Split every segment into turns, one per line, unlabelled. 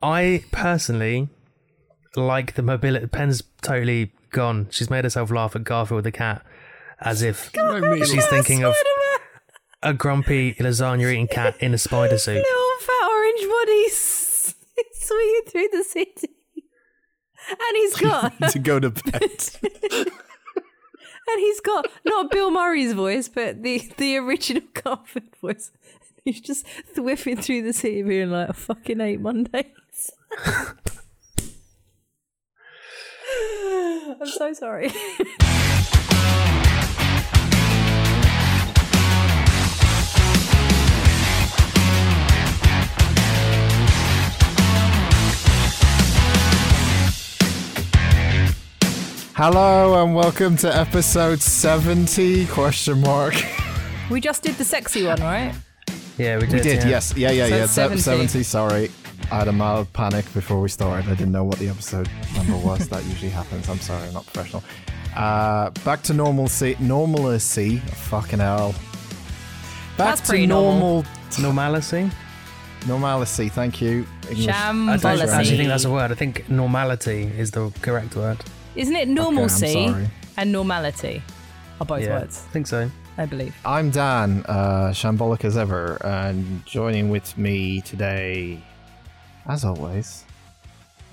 I personally like the mobility. Pen's totally gone. She's made herself laugh at Garfield the cat, as if she's thinking of a grumpy lasagna eating cat in a spider suit.
Little fat orange bodies swinging through the city. And he's got,
to go to bed.
and he's got not Bill Murray's voice, but the the original Garfield voice. He's just whiffing through the city, being like, "I fucking hate Mondays." I'm so sorry.
Hello and welcome to episode 70 question mark.
We just did the sexy one, right?
Yeah, we did.
We did,
yeah.
yes. Yeah, yeah,
So
yeah.
it's
Se-
70.
70, sorry. I had a mild panic before we started. I didn't know what the episode number was. that usually happens. I'm sorry, I'm not professional. Uh, back to normalcy. Normalcy. Fucking hell. Back
That's
to
pretty normal.
Normality.
Normalcy. Thank you. English.
I don't
Policy.
actually think
Shambolicy.
that's a word. I think normality is the correct word.
Isn't it
Okay, I'm
normalcy
sorry.
and normality are both
yeah,
words,
I think so.
I believe.
I'm Dan, uh, shambolic as ever, and joining with me today, as always,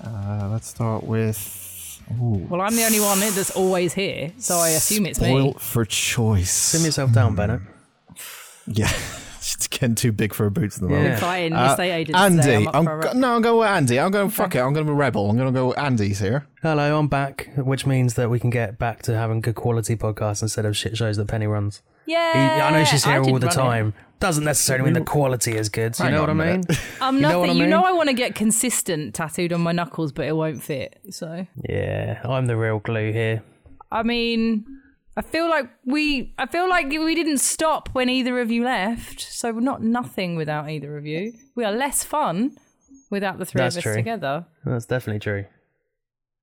uh, let's start with. Ooh,
Well, I'm the only one that's always here, so I assume it's
spoil
me.
for choice.
Sim yourself down, Bennett.
yeah, it's getting too big for her boots in the
Yeah.
moment.
Fine,
Uh,
estate agents. today, I'm
Andy,
up
I'm
for a
go-
rep.
no, I'm going with Andy. I'm going fuck it. I'm going to be rebel. I'm going to go with Andy's here.
Hello, I'm back, which means that we can get back to having good quality podcasts instead of shit shows that Penny runs.
yeah,
Yeah, I know she's here
did
all the
Uh, run it.
time. Doesn't necessarily mean the quality is good. You
Hang
know
on
what I
a
mean?
minute.
I'm
You know
nothing.
what I
You
mean?
know, I want to get consistent tattooed on my knuckles, but it won't fit. So,
yeah, I'm the real glue here.
I mean, I feel like we, I feel like we didn't stop when either of you left. So we're not nothing without either of you. We are less fun without the three
That's
of us
true.
together.
That's definitely true.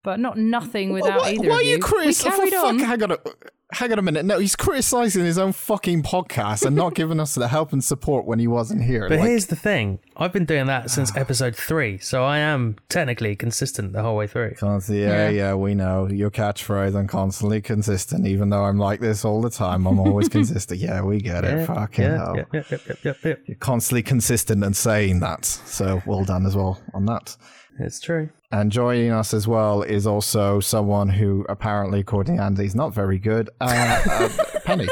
But not nothing without
why,
either
why
of
are you
you. We
criticizing?
carried on.
hang on, a, hang on a minute. No, he's criticizing his own fucking podcast and not giving us the help and support when he wasn't here.
But
Like,
here's the thing I've been doing that since episode three, so I am technically consistent the whole way through.
Constantly, yeah, yeah, we know your catchphrase. I'm constantly consistent, even though I'm like this all the time. I'm always consistent. Yeah, we get it. Fucking
yeah,
hell,
yeah, yeah, yeah, yeah, yeah, yeah.
you're constantly consistent and saying that. So well done as well on that.
It's true.
And joining us as well is also someone who apparently, according to Andy, is not very good. Uh, uh, Penny,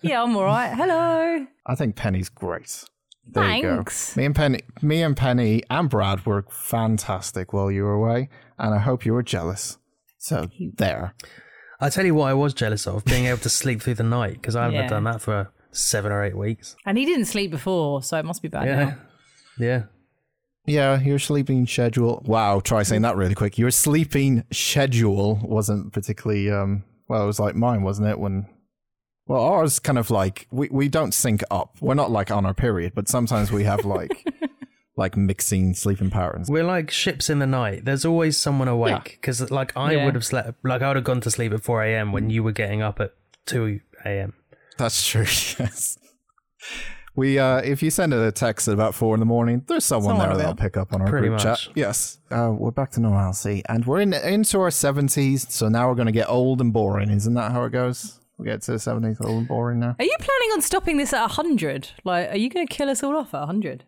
Yeah, I'm all right. Hello.
I think Penny's great. There
Thanks.
you go. Me and Penny, me and Penny and Brad were fantastic while you were away, and I hope you were jealous. So there.
I tell you what, I was jealous of being able to sleep through the night because I haven't
Yeah.
done that for seven or eight weeks.
And he didn't sleep before, so it must be bad
Yeah,
now.
yeah.
Yeah, your sleeping schedule. Wow, try saying that really quick. Your sleeping schedule wasn't particularly um well, it was like mine, wasn't it? When well, ours kind of like we, we don't sync up. We're not like on our period, but sometimes we have like like mixing sleeping patterns.
We're like ships in the night. There's always someone awake because, like, I
Yeah.
would have slept. Like, I would have gone to sleep at four a.m. when you were getting up at two a.m.
That's true, yes. We uh if you send a text at about four in the morning, there's someone
Someone
there
will.
that'll pick up on our
Pretty
group
much.
chat. Yes. Uh we're back to normalcy. And we're in into our seventies, so now we're gonna get old and boring, isn't that how it goes? We get to the seventies old and boring now.
Are you planning on stopping this at 100? Like, are you going to kill us all off at 100?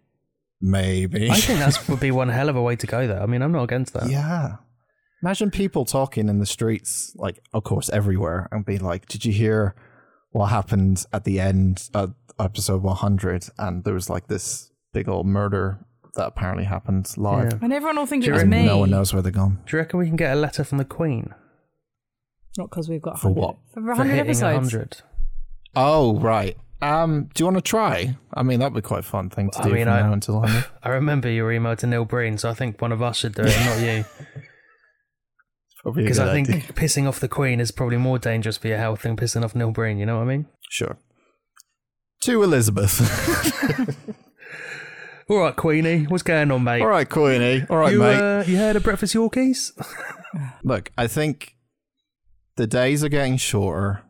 Maybe.
I think that would be one hell of a way to go, though. I mean, I'm not against that.
yeah. Imagine people talking in the streets, like of course everywhere, and be like, "Did you hear what happened at the end of episode 100? And there was like this big old murder that apparently happened live,
Yeah.
And everyone will think it
During-
was
and
me.
no one knows where they're gone."
Do you reckon we can get a letter from the Queen
Not because we've got
For
100.
what?
For
for
100
hitting
episodes.
hundred?
Oh right. Um, do you want to try? I mean, that'd be quite a fun thing to
I
do
mean,
from
I-
now until 100.
I remember your email to Neil Breen, so I think one of us should do it, not you,
Probably a
because
good
I think
idea.
pissing off the Queen is probably more dangerous for your health than pissing off Neil Breen. You know what I mean?
sure. To Elizabeth.
All right, Queenie, what's going on, mate?
All right, Queenie. All right,
you,
mate.
Uh, you heard of Breakfast Yorkies?
Look, I think
Hmm.
the days are getting shorter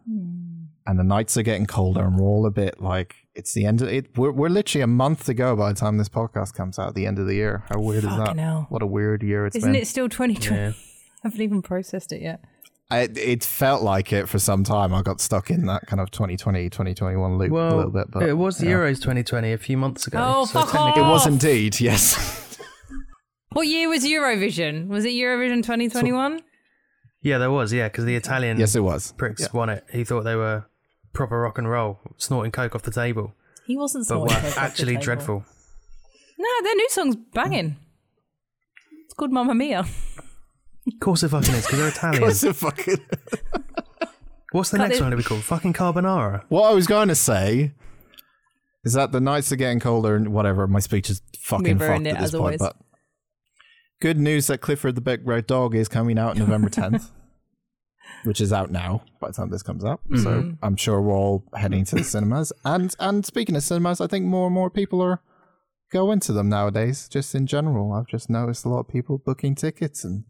and the nights are getting colder, and we're all a bit like it's the end of it. We're, we're literally a month ago by the time this podcast comes out, the end of the year. How weird is that?
Fucking hell.
What a weird year it's
Isn't
been.
it still 2020?
Yeah.
I haven't even processed it yet.
I, it felt like it for some time. I got stuck in that kind of 2020, 2021 loop a little bit. But
it was the
yeah.
Euros 2020 a few months ago.
Oh, fuck
technically-
It
off.
was indeed, yes.
What year was Eurovision? Was it Eurovision 2021?
Yeah, there was, yeah, because the Italian
yes, it was.
pricks won it. He thought they were proper rock and roll, snorting coke off the table,
he wasn't
but were
snorting coke Oh, off the
actually
table.
dreadful.
No, their new song's banging. It's called Mamma Mia.
Of course it fucking is, because they're Italian.
What's the fucking-
What's the
Can't
next
they-
one going to be called? Fucking Carbonara.
What I was going to say is that the nights are getting colder and whatever. My speech is fucking
We've
fucked
ruined
at
it,
this
as
point.
always.
But good news that Clifford the Big Red Dog is coming out November 10th, which is out now by the time this comes out. So
Mm-hmm.
I'm sure we're all heading to the cinemas. And and speaking of cinemas, I think more and more people are going to them nowadays. Just in general, I've just noticed a lot of people booking tickets and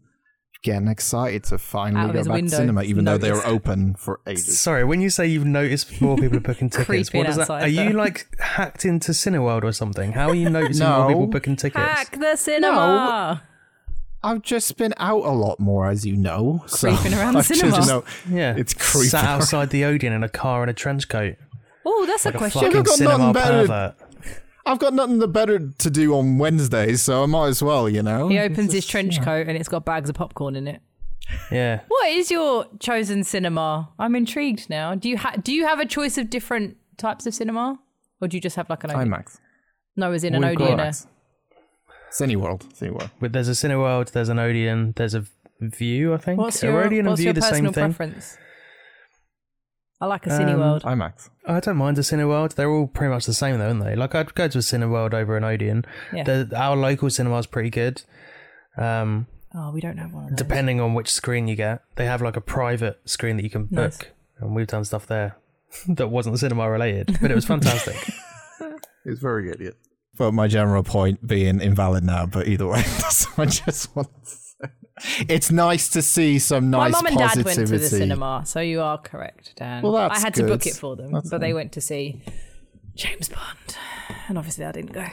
getting excited to
Out
finally
of
go
his
back to
window.
cinema, even though they were
Noticed.
open for ages.
Sorry, when you say you've noticed more people are booking tickets,
Creeping
what does that?
outside
Are you
there.
like hacked into Cineworld or something? How are you noticing more
No.
people booking tickets?
Hack the cinema.
I've just been out a lot more, as you know. So
Creeping around the
I've just
cinema.
know-
Yeah,
it's creepy.
Sat outside the Odeon in a car in a trench coat,
Oh, that's a
like a
question.
fucking
I've got nothing
cinema
better-
pervert.
I've got nothing the better to do on Wednesdays, so I might as well, you know.
He opens his trench coat and it's got bags of popcorn in it.
Yeah,
What is your chosen cinema? I'm intrigued now. Do you ha- do you have a choice of different types of cinema, or do you just have like an Odeon?
IMAX.
No, as in an
We've got
Odeon.
IMAX. Cineworld. Cineworld.
but there's a Cineworld, there's an Odeon, there's a View, I think.
What's
Are
your,
Odeon and
what's
View
your
the same
personal
thing? Um,
preference? I like a Cineworld.
IMAX.
I don't mind a Cineworld. They're all pretty much the same, though, aren't they? Like, I'd go to a Cineworld over an Odeon.
Yeah.
The, our local cinema's pretty good. Um,
oh, we don't have one. Of those.
depending on which screen you get, they have like a private screen that you can book,
Nice.
and we've done stuff there that wasn't cinema related, but it was fantastic.
It's very good, yeah. But my general point being invalid now, but either way, that's what I just want to say. It's nice to see some
My
nice
mum and dad
positivity.
went to the cinema, so you are correct, Dan.
Well, that's
I had
good.
to book it for them,
That's
but they went to see James Bond, and obviously I didn't go.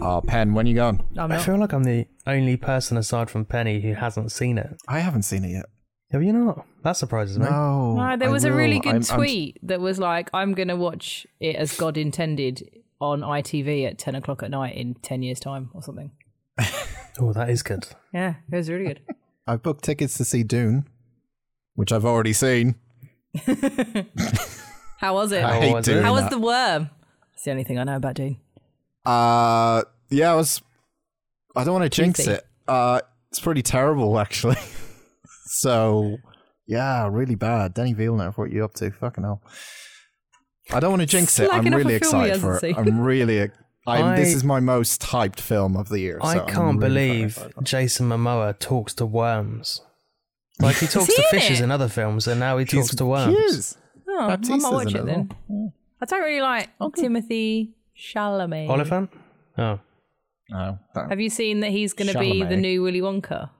Oh, Pen, when you gone?
I'm
I
not.
feel like I'm the only person aside from Penny who hasn't seen it.
I haven't seen it yet.
Have you not? That surprises me.
No.
No, there
I
was a really
will.
good
I'm- I'm-
tweet that was like, "I'm going to watch it as God intended on ITV at 10 o'clock at night in 10 years' time" or something.
Oh, that is good.
Yeah, it was really good.
I've booked tickets to see Dune, which I've already seen.
How was it?
How
I hate
was it?
Dune.
How was the worm? It's the only thing I know about Dune.
Uh, yeah, I was. I don't want to jinx
Juicy.
it. Uh, it's pretty terrible, actually. so, yeah, really bad. Danny Villeneuve, what you up to? Fucking hell. I don't want to jinx it. I'm
Slagging off
really
a film he
excited for it.
hasn't
I'm really. I'm, this
I-
is my most hyped film of the year.
I
so I'm
can't
really
believe
fucking excited.
Jason Momoa talks to worms. Like he talks
he
to
in
fishes
it?
in other films, and now he talks
He's-
to worms.
He is.
Oh, I
Baptista's
might watch
in
it
as
then. I don't really like Timothy Chalamet.
Oliphant. Oh,
well. Oh, that-
Have you seen that he's going to be the
Chalamet.
new Willy Wonka?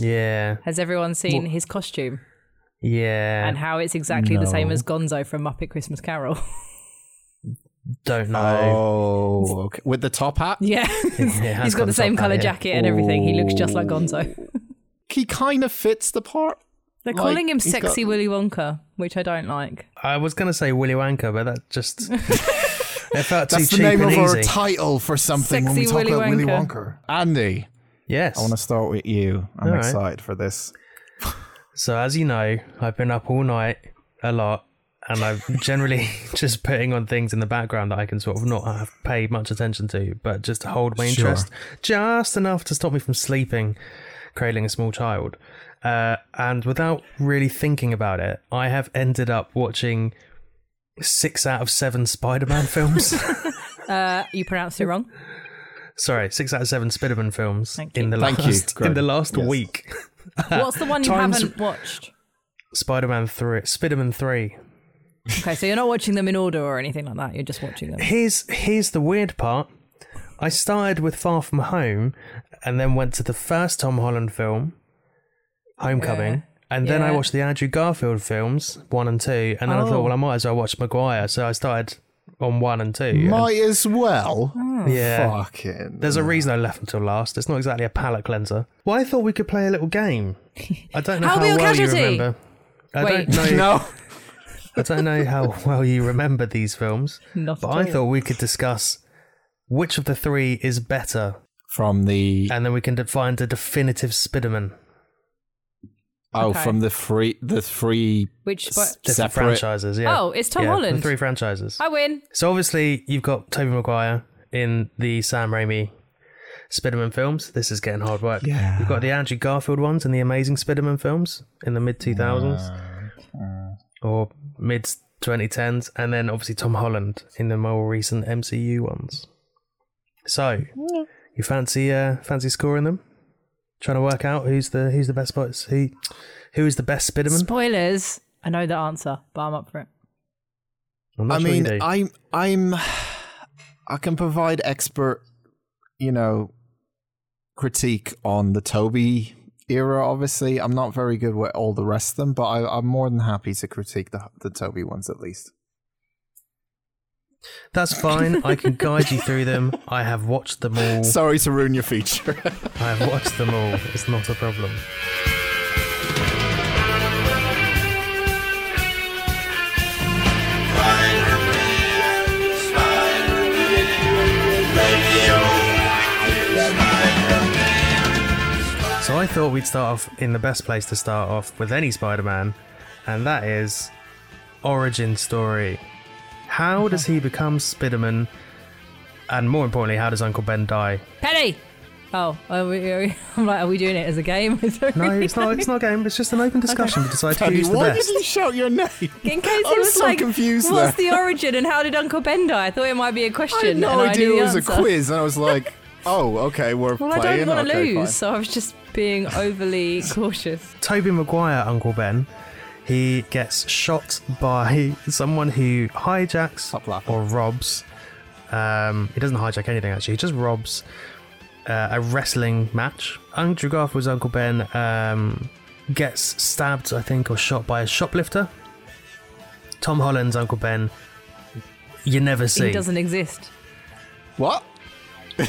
yeah,
Has everyone seen his costume
yeah.
and how it's exactly the same
uh, No.
as Gonzo from Muppet Christmas Carol?
Don't know.
oh, okay. With the top hat?
yeah,
has
he's
got
got
the
the same
top hat,
color
yeah.
jacket and everything. He looks just like Gonzo.
He kind of fits the part.
They're
Like,
calling him
he's got-
Sexy Willy Wonka, which I don't like.
I was gonna say Willy Wonka, but that just it felt too
That's the
cheap
name
and
of our
easy.
title for something when we
Sexy
talk
Willy
about Willy
Wonka.
Wonka. Andy,
yes.
I want to start with you. I'm
All right.
excited for this.
So as you know, I've been up all night a lot, and I'm generally just putting on things in the background that I can sort of not have paid much attention to, but just to hold my
Sure.
interest just enough to stop me from sleeping, cradling a small child. Uh, and without really thinking about it, I have ended up watching six out of seven Spider-Man films.
Uh, you pronounced it wrong.
Sorry, six out of seven Spider-Man films
Thank you.
in the
Thank you,
last in
Graham.
the last
Yes.
week.
What's the one you
Times-
haven't watched?
Spider-Man three, Spider-Man three,
Okay, so you're not watching them in order or anything like that. You're just watching them.
here's here's the weird part. I started with Far From Home, and then went to the first Tom Holland film, Homecoming, and then I
Yeah.
watched the Andrew Garfield films, one and two, and then I
Oh.
thought, well, I might as well watch Maguire. So I started on one and two. and-
Might as well.
yeah.
Fucking.
There's a reason I left until last. It's not exactly a palate cleanser. Well, I thought we could play a little game. I don't know
I'll
how
be your
well
casualty.
you remember. I
Wait.
don't know.
no.
I don't know how well you remember these films,
Not
but
at
I
all.
thought we could discuss which of the three is better,
From the
and then we can de- find a definitive Spiderman
oh,
Okay.
from the free the free
Which, but,
different
Separate-
franchises. Yeah.
Oh, it's Tom
Yeah, The
Holland.
three franchises.
I win.
So obviously you've got Toby Maguire in the Sam Raimi Spiderman films. This is getting hard work.
Yeah.
You've got the Andrew Garfield ones and the Amazing Spiderman films in the mid 2000s
Uh,
or mid 2010s and then obviously Tom Holland in the more recent MCU ones. So, you fancy uh, fancy scoring them? Trying to work out who's the who's the best boys, who who is the best Spiderman?
Spoilers. I know the answer, but I'm up for it.
I'm
I
not sure you
mean,
do.
I'm I'm I can provide expert, you know, critique on the Toby era. Obviously, I'm not very good with all the rest of them, but I, I'm more than happy to critique the the Toby ones at least.
That's fine. I can guide you through them. I have watched them all.
Sorry to ruin your feature.
I have watched them all. It's not a problem. So I thought we'd start off in the best place to start off with any Spider-Man, and that is origin story. How does he become Spiderman? And more importantly, how does Uncle Ben die?
Penny! Oh, are we, are we, I'm like, are we doing it as a game? I don't
No,
really
it's not.
know.
It's not a game. It's just an open discussion to decide who's the
why
best.
did you shout your name?
In case
I
it
was
was
so
like,
confused
what's
there.
the origin and how did Uncle Ben die? I thought it might be a question.
I had no
and I
idea
knew
it
the
was a
answer.
quiz, and I was like, "Oh, okay, we're
Well, I
playing."
don't want to
okay,
lose,
fine.
so I was just being overly cautious.
Toby Maguire, Uncle Ben, he gets shot by someone who hijacks
Stop laughing.
or robs. Um, he doesn't hijack anything actually. He just robs uh, a wrestling match. Andrew Garfield's Uncle Ben um, gets stabbed, I think, or shot by a shoplifter. Tom Holland's Uncle Ben, you never see.
He doesn't exist.
What?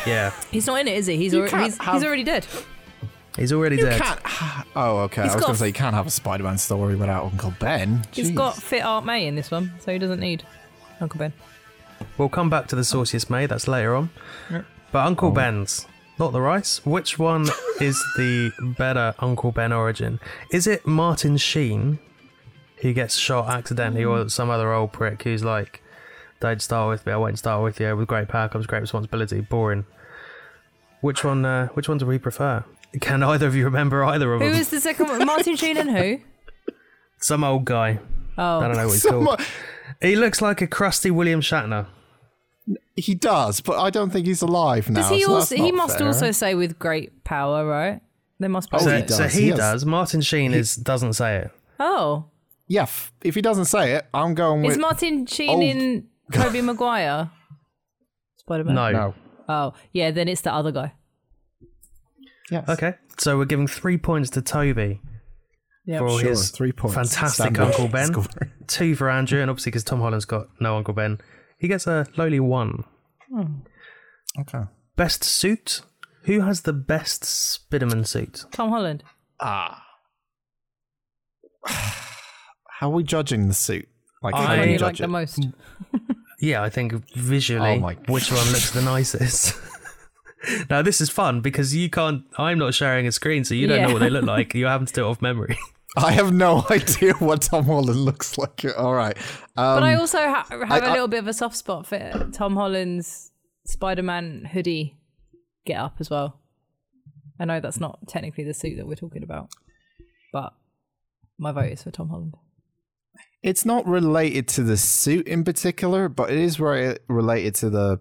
Yeah,
He's not in it, is he? He's,
You
alre-
can't
he's,
have-
he's already dead.
he's already
You
dead.
can't. Oh, okay.
He's
I was
got
going to
f-
say you can't have a Spider-Man story without Uncle Ben.
He's
Jeez.
got fit Aunt May in this one, so he doesn't need Uncle Ben.
We'll come back to the sauciest May, that's later on. But Uncle Ben's, not the rice. Which one is the better Uncle Ben origin? Is it Martin Sheen who gets shot accidentally or some other old prick who's like, don't start with me, I won't start with you, with great power comes great responsibility, boring. Which one uh, which one do we prefer? Can either of you remember either of
Who
them?
is the second one? Martin Sheen and who?
Some old guy. I
Oh,
don't know what he's
Someone-
called. He looks like a crusty William Shatner.
He does, but I don't think he's alive now.
does he
so that's
also? He
not
must
fair.
also say with great power, right? There must be.
Oh,
So
he
he does. So
does,
he
yes.
does. Martin Sheen is doesn't say it.
Oh,
Yeah, f- if he doesn't say it, I'm going
is
with.
Martin Sheen
old-
in Toby Maguire? Spider Man.
No.
no.
Oh, yeah. Then it's the other guy.
Yes.
Okay. So we're giving three points to Toby
Yeah.
for all
Sure,
his
three points.
fantastic
Standard
Uncle Ben.
score.
Two for Andrew, and obviously because Tom Holland's got no Uncle Ben, he gets a lowly one.
Okay.
Best suit. Who has the best Spiderman suit?
Tom Holland.
Ah. How are we judging the suit? Like, how
I-
do
One
we
you
Judge
like
judge
the
it?
most.
Yeah, I think visually,
Oh my-
which one looks the nicest. now this is fun because you can't. I'm not sharing a screen, so you don't
Yeah.
know what they look like. You're having to do it off memory.
I have no idea what Tom Holland looks like. All right. Um,
But I also ha- have a
I-
little bit of a soft spot for Tom Holland's Spider-Man hoodie get up as well. I know that's not technically the suit that we're talking about, but my vote is for Tom Holland.
It's not related to the suit in particular, but it is re- related to the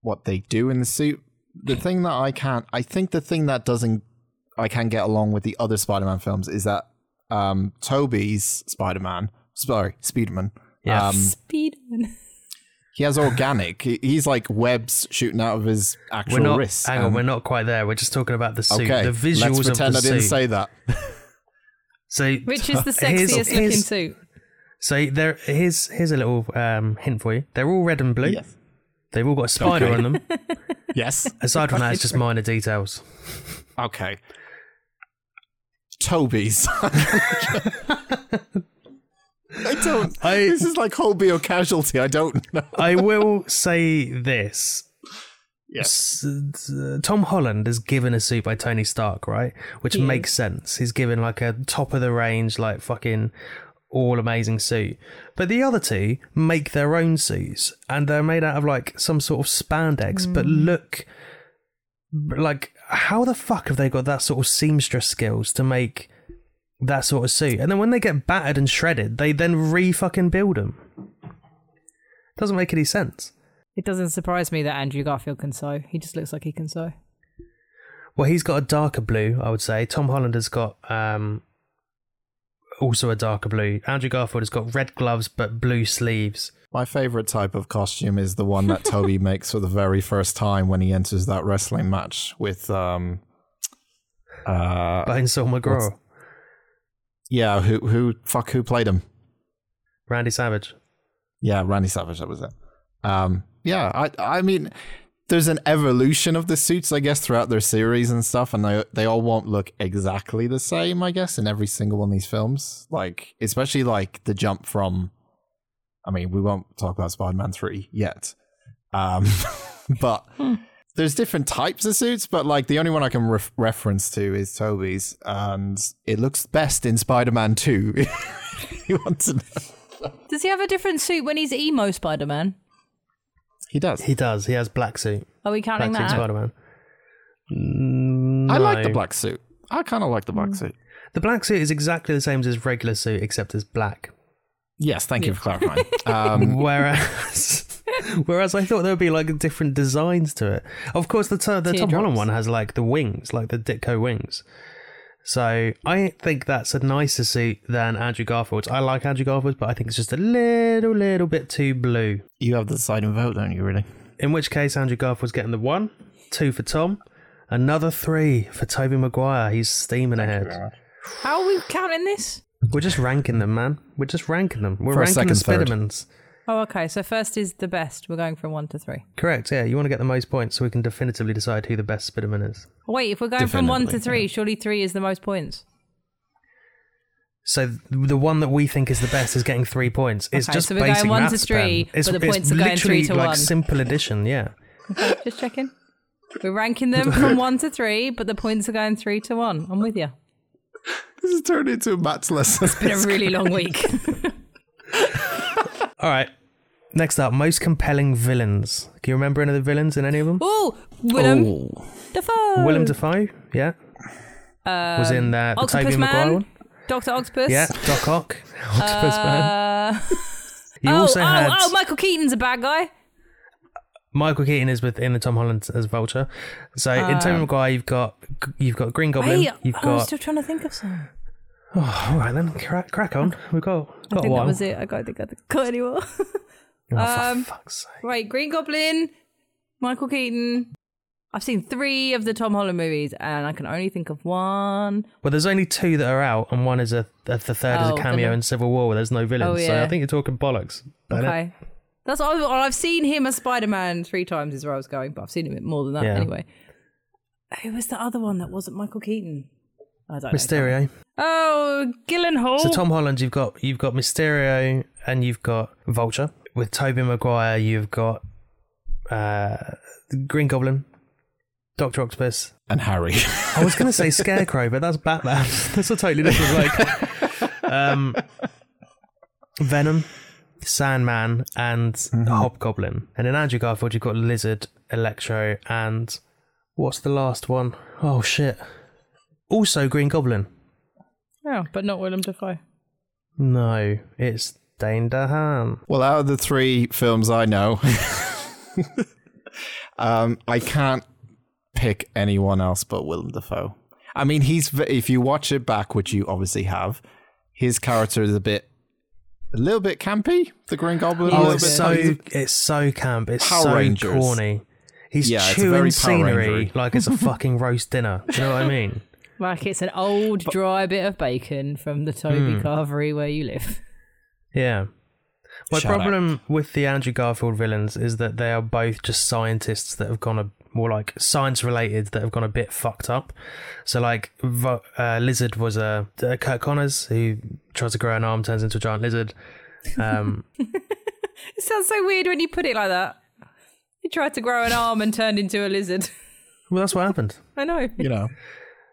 what they do in the suit. The thing that I can't, I think the thing that doesn't, I can get along with the other Spider-Man films is that um, Toby's Spider-Man, sorry, Speedman,
Yeah.
um,
Speedman.
he has organic. He- He's like webs shooting out of his actual
We're not.
wrists.
Hang on,
and-
we're not quite there. We're just talking about the suit,
um,
the
okay,
visuals
let's
of the
pretend I didn't
suit.
say that.
so,
Which is the sexiest
here's-
looking
here's-
suit.
So there, here's here's a little um, hint for you. They're all red and blue.
Yes.
They've all got a spider
Okay.
on them.
Yes.
Aside from that, it's just minor details.
Okay. Toby's. I don't.
I-
this is like Holby or Casualty. I don't know.
I will say this.
Yes.
S- uh, Tom Holland is given a suit by Tony Stark, right? Which
He
makes sense. He's given like a top of the range, like fucking all amazing suit. But the other two make their own suits and they're made out of like some sort of spandex, but look like how the fuck have they got that sort of seamstress skills to make that sort of suit? And then when they get battered and shredded, they then re fucking build them. Doesn't make any sense.
It doesn't surprise me that Andrew Garfield can sew. He just looks like he can sew.
Well, he's got a darker blue, I would say. Tom Holland has got um, also a darker blue. Andrew Garfield has got red gloves but blue sleeves.
My favorite type of costume is the one that Toby makes for the very first time when he enters that wrestling match with um. Uh,
Bonesaw McGraw,
yeah, who who fuck who played him?
Randy Savage.
Yeah, Randy Savage, that was it. Um, yeah, I I mean, there's an evolution of the suits, I guess, throughout their series and stuff, and they they all won't look exactly the same, I guess, in every single one of these films. Like, especially like the jump from, I mean, we won't talk about Spider-Man three yet, um, but there's different types of suits, but like the only one I can ref reference to is Toby's, and it looks best in Spider-Man two. if you want to know.
Does he have a different suit when he's emo Spider Man?
He does.
He does. He has black suit.
Are we counting
Black suit
that?
Spider Man. No.
I like the black suit. I kind of like the
Mm.
black suit.
The black suit is exactly the same as his regular suit, except it's black.
Yes, thank you for clarifying. Um,
Whereas, whereas I thought there would be like different designs to it. Of course, the t- the Tom Holland
Teardrops.
one has like the wings, like the Ditko wings. So I think that's a nicer suit than Andrew Garfield's. I like Andrew Garfield's, but I think it's just a little, little bit too blue.
you have the deciding vote, don't you? Really?
In which case, Andrew Garfield's getting the one, two for Tom, another three for Toby Maguire. He's steaming ahead.
How are we counting this?
We're just ranking them, man. We're just ranking them. We're
For a
ranking the
second, third.
Spidermans.
Oh, okay. So first is the best. We're going from one to three.
Correct. Yeah, you want to get the most points so we can definitively decide who the best Spiderman is.
Wait, if we're going from one to
Definitely,
three, surely three is the most points.
So th- the one that we think is the best is getting three points. It's
Okay,
just
so we're going
basic
one to
maths,
three,
Ben. It's,
but the
it's
points are going three
literally
to
like
one.
simple addition. Yeah,
Just checking. We're ranking them from one to three, but the points are going three to one. I'm with you.
This has turned into a maths lesson.
Been a really long week.
All right. Next up, most compelling villains. Can you remember any of the villains in any of them?
Oh, Willem Dafoe.
Willem Dafoe, yeah, was in there. The
Um, Octopus
Toby Maguire
Man.
one,
Doctor Octopus.
yeah. Doc Ock, Octopus Man.
Uh,
You
oh,
also
oh,
had
oh, Michael Keaton's a bad guy.
Michael Keaton is within the Tom Holland as Vulture. So in Toby Maguire, you've got you've got Green Goblin,
Wait,
you've
Uh, I was
got.
oh, still trying to think of some.
Oh, all right then, crack, crack on. We've got
I
got
think
one.
that was it. I can't think of the got anymore.
Oh,
Um,
for fuck's sake.
right, Green Goblin, Michael Keaton. I've seen three of the Tom Holland movies, and I can only think of one.
Well, there's only two that are out, and one is a th- the third is
Oh,
a cameo
the-
in Civil War where there's no villains.
Oh,
So I
yeah.
think you're talking bollocks. about it.
Okay. That's all I've, all I've seen him as Spider Man three times is where I was going, but I've seen him more than that
Yeah.
anyway. Who was the other one that wasn't Michael Keaton? I don't know.
Mysterio.
Oh, Gyllenhaal.
So Tom Holland, you've got you've got Mysterio and you've got Vulture. With Toby Maguire, you've got uh, Green Goblin, Doctor Octopus.
and Harry.
I was going to say Scarecrow, but that's Batman. that's a totally different like um, Venom, Sandman, and
Mm-hmm.
Hobgoblin. And in Andrew Garfield, you've got Lizard, Electro, and what's the last one? Oh shit! Also Green Goblin.
Oh, but not Willem Dafoe.
No, it's Dane DeHaan.
well, out of the three films I know, um, I can't pick anyone else but Willem Dafoe. I mean, he's v- if you watch it back, which you obviously have, his character is a bit, a little bit campy. The Green Goblin. a
Oh,
little
it's
bit-
so
he's a-
it's so camp. It's
Power
so
Rangers.
corny. He's
Yeah, it's
chewing
very Power
scenery
Rangery.
like it's a fucking roast dinner. Do you know what I mean? Hmm.
Like it's an old, dry bit of bacon from the Toby Carvery where you live.
Yeah. My
Shout out.
problem with the Andrew Garfield villains is that they are both just scientists that have gone a more like science related that have gone a bit fucked up. So like Vo- uh, Lizard was a uh, Kurt Connors who tries to grow an arm, turns into a giant lizard. Um,
It sounds so weird when you put it like that. He tried to grow an arm and turned into a lizard.
well, that's what happened.
I know.
You know,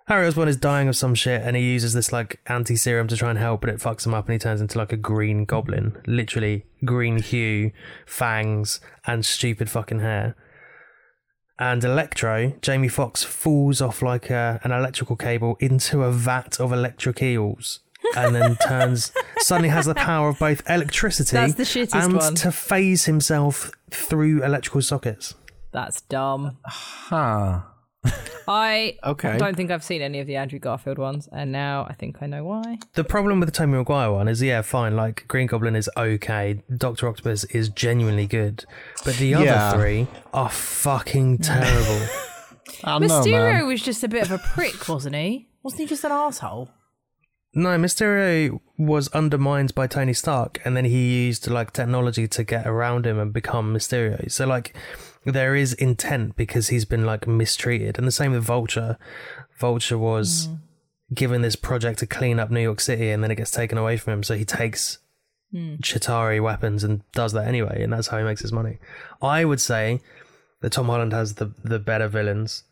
Harry Osborn is dying of some shit, and he uses this like anti serum to try and help, but it fucks him up, and he turns into like a green goblin, literally green hue, fangs, and stupid fucking hair. And Electro, Jamie Fox falls off like a, an electrical cable into a vat of electric eels, and then turns suddenly has the power of both electricity
That's the shittest
and
one.
to phase himself through electrical sockets.
That's dumb.
huh?
I
Okay.
don't think I've seen any of the Andrew Garfield ones, and now I think I know why.
The problem with the Tommy Maguire one is, yeah, fine. Like Green Goblin is okay, Doctor Octopus is genuinely good, but the other
Yeah.
three are fucking terrible.
I don't know,
Mysterio
man.
was just a bit of a prick, wasn't he? Wasn't he just an asshole?
no, Mysterio was undermined by Tony Stark, and then he used like technology to get around him and become Mysterio. So like, there is intent because he's been like mistreated, and the same with Vulture. Vulture was given this project to clean up New York City, and then it gets taken away from him, so he takes Chitari weapons and does that anyway, and that's how he makes his money. I would say that Tom Holland has the, the better villains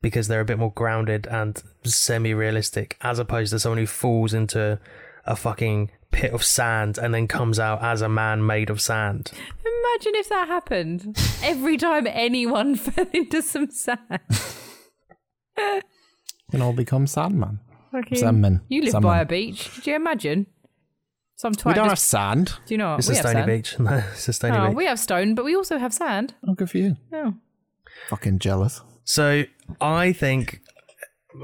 because they're a bit more grounded and semi realistic, as opposed to someone who falls into a fucking pit of sand and then comes out as a man made of sand.
Imagine if that happened every time anyone fell into some sand.
Can all become Sandman.
Fucking-
Sandman.
You live
Sandman.
by a beach. Could you imagine? Some
We
twat
don't have
just-
sand.
Do you know what?
It's
we
a
have
stony
sand.
beach. No, it's a stony
Oh,
beach.
we have stone, but we also have sand.
Oh, good for you.
No.
Fucking jealous.
So I think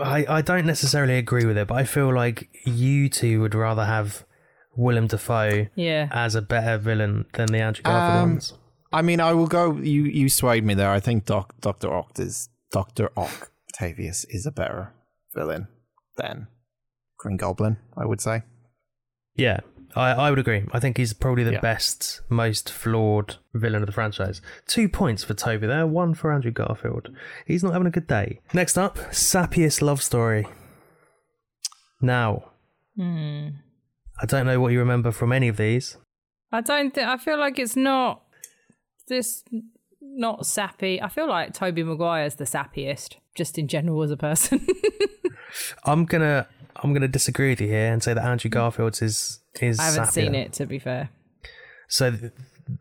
I, I don't necessarily agree with it, but I feel like you two would rather have Willem Dafoe
Yeah.
as a better villain than the Andrew Garfield
Um,
ones.
I mean, I will go. You you swayed me there. I think Doc, Doctor Oct is Doctor Octavius is a better villain than Green Goblin. I would say.
Yeah, I, I would agree. I think he's probably the
Yeah.
best, most flawed villain of the franchise. Two points for Toby there, one for Andrew Garfield. He's not having a good day. Next up, Sappiest Love Story. Now,
Hmm.
I don't know what you remember from any of these.
I don't think. I feel like it's not this not sappy. I feel like Toby Maguire's the sappiest, just in general as a person.
I'm gonna I'm gonna disagree with you here and say that Andrew Garfield's is is
I haven't seen
sappier.
it to be fair.
so th-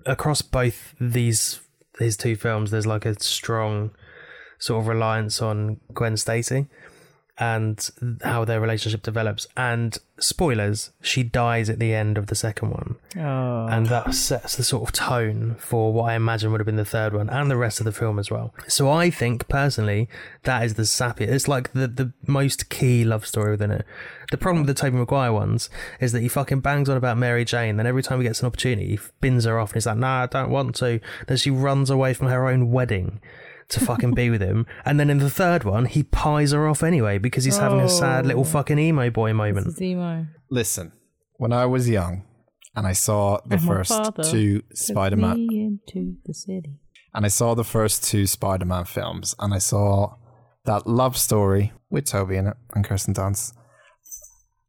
across both these his two films there's like a strong sort of reliance on gwen stacy and how their relationship develops and spoilers she dies at the end of the second one
Oh.
and that sets the sort of tone for what i imagine would have been the third one and the rest of the film as well so i think personally that is the sappiest it's like the, the most key love story within it the problem with the Toby Maguire ones is that he fucking bangs on about Mary Jane. Then every time he gets an opportunity, he bins her off and he's like, nah, I don't want to. Then she runs away from her own wedding to fucking be with him. And then in the third one, he pies her off anyway because he's having a sad little fucking emo boy moment.
Zemo.
Listen, when I was young, and I saw the
And my
first
father
two Spider-Man,
Me into the city.
and I saw the first two Spider Man films, and I saw that love story with Toby in it and Kirsten Dunst.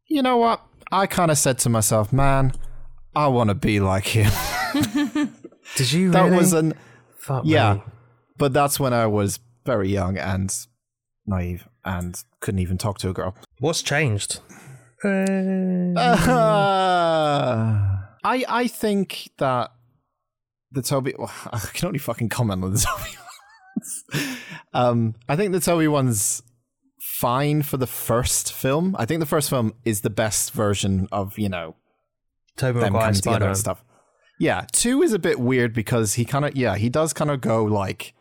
You know what? I kind of said to myself, man, I want to be like him.
Did you
That
really?
was an.
Fuck
Yeah.
me.
But that's when I was very young and naive and couldn't even talk to a girl.
What's changed? Uh,
Uh, I I think that the Toby. Well, I can only fucking comment on the Toby ones. Um, I think the Toby one's fine for the first film. I think the first film is the best version of you know
Toby
them
Maguire
coming together
Spider
and stuff. Yeah, two is a bit weird because he kind of yeah he does kind of go like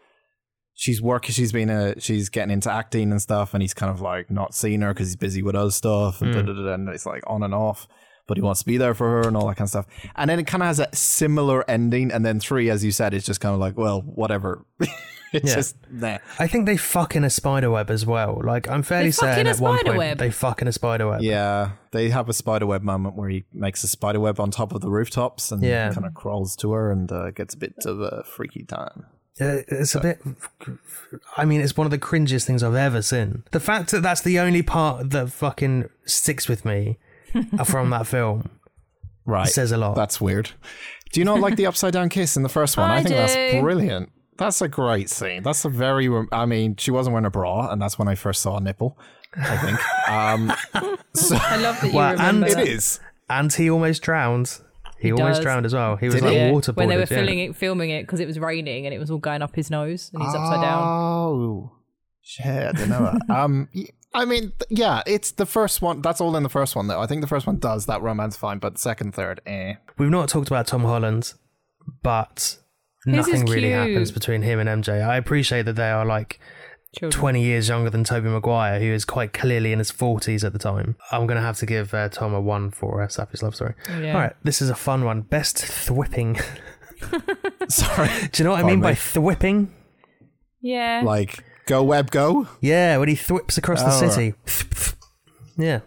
she's working she's been a she's getting into acting and stuff and he's kind of like not seeing her because he's busy with other stuff and, da, da, da, da, and it's like on and off but he wants to be there for her and all that kind of stuff and then it kind of has a similar ending and then three as you said is just kind of like well whatever it's
Yeah.
just there.
I think they fuck in a spider web as well. Like I'm fairly
They fuck in
certain
a
at one
spider
point
web.
they fuck in a spider web.
Yeah, they have a spider web moment where he makes a spider web on top of the rooftops and
Yeah.
kind of crawls to her and uh, gets a bit of a freaky time.
Uh, It's a bit. I mean, it's one of the cringiest things I've ever seen. The fact that that's the only part that fucking sticks with me from that film
Right,
says a lot.
that's weird. Do you not like the upside down kiss in the first one?
I
I, think that's
do.
brilliant. That's a great scene. That's a very. rem- I mean, she wasn't wearing a bra, and that's when I first saw a nipple. I think. um, so
I love that you
Well,
remember.
and-
it
that.
is.
and he almost drowned. He, almost
does.
drowned as well. He was
Did
like
he?
Yeah,
waterboarded.
when they were
yeah.
filling it, filming it because it was raining and it was all going up his nose and he's upside
Ah.
down.
Oh, shit! I didn't know that. um, y- I mean, th- yeah, it's the first one. That's all in the first one, though. I think the first one does that romance fine, but second, third, eh.
We've not talked about Tom Holland, but
His is
nothing really
cute.
happens between him and MJ. I appreciate that they are like
Children.
20 years younger than Toby Maguire, who is quite clearly in his 40s at the time. I'm going to have to give uh, Tom a one for uh, Sappy's Love Story.
Yeah.
All right, this is a fun one. Best thwipping.
Sorry.
Do you know what I mean by
Pardon
thwipping?
Yeah.
like, go web, go.
Yeah, when he thwips across the
Oh, right.
city. Yeah.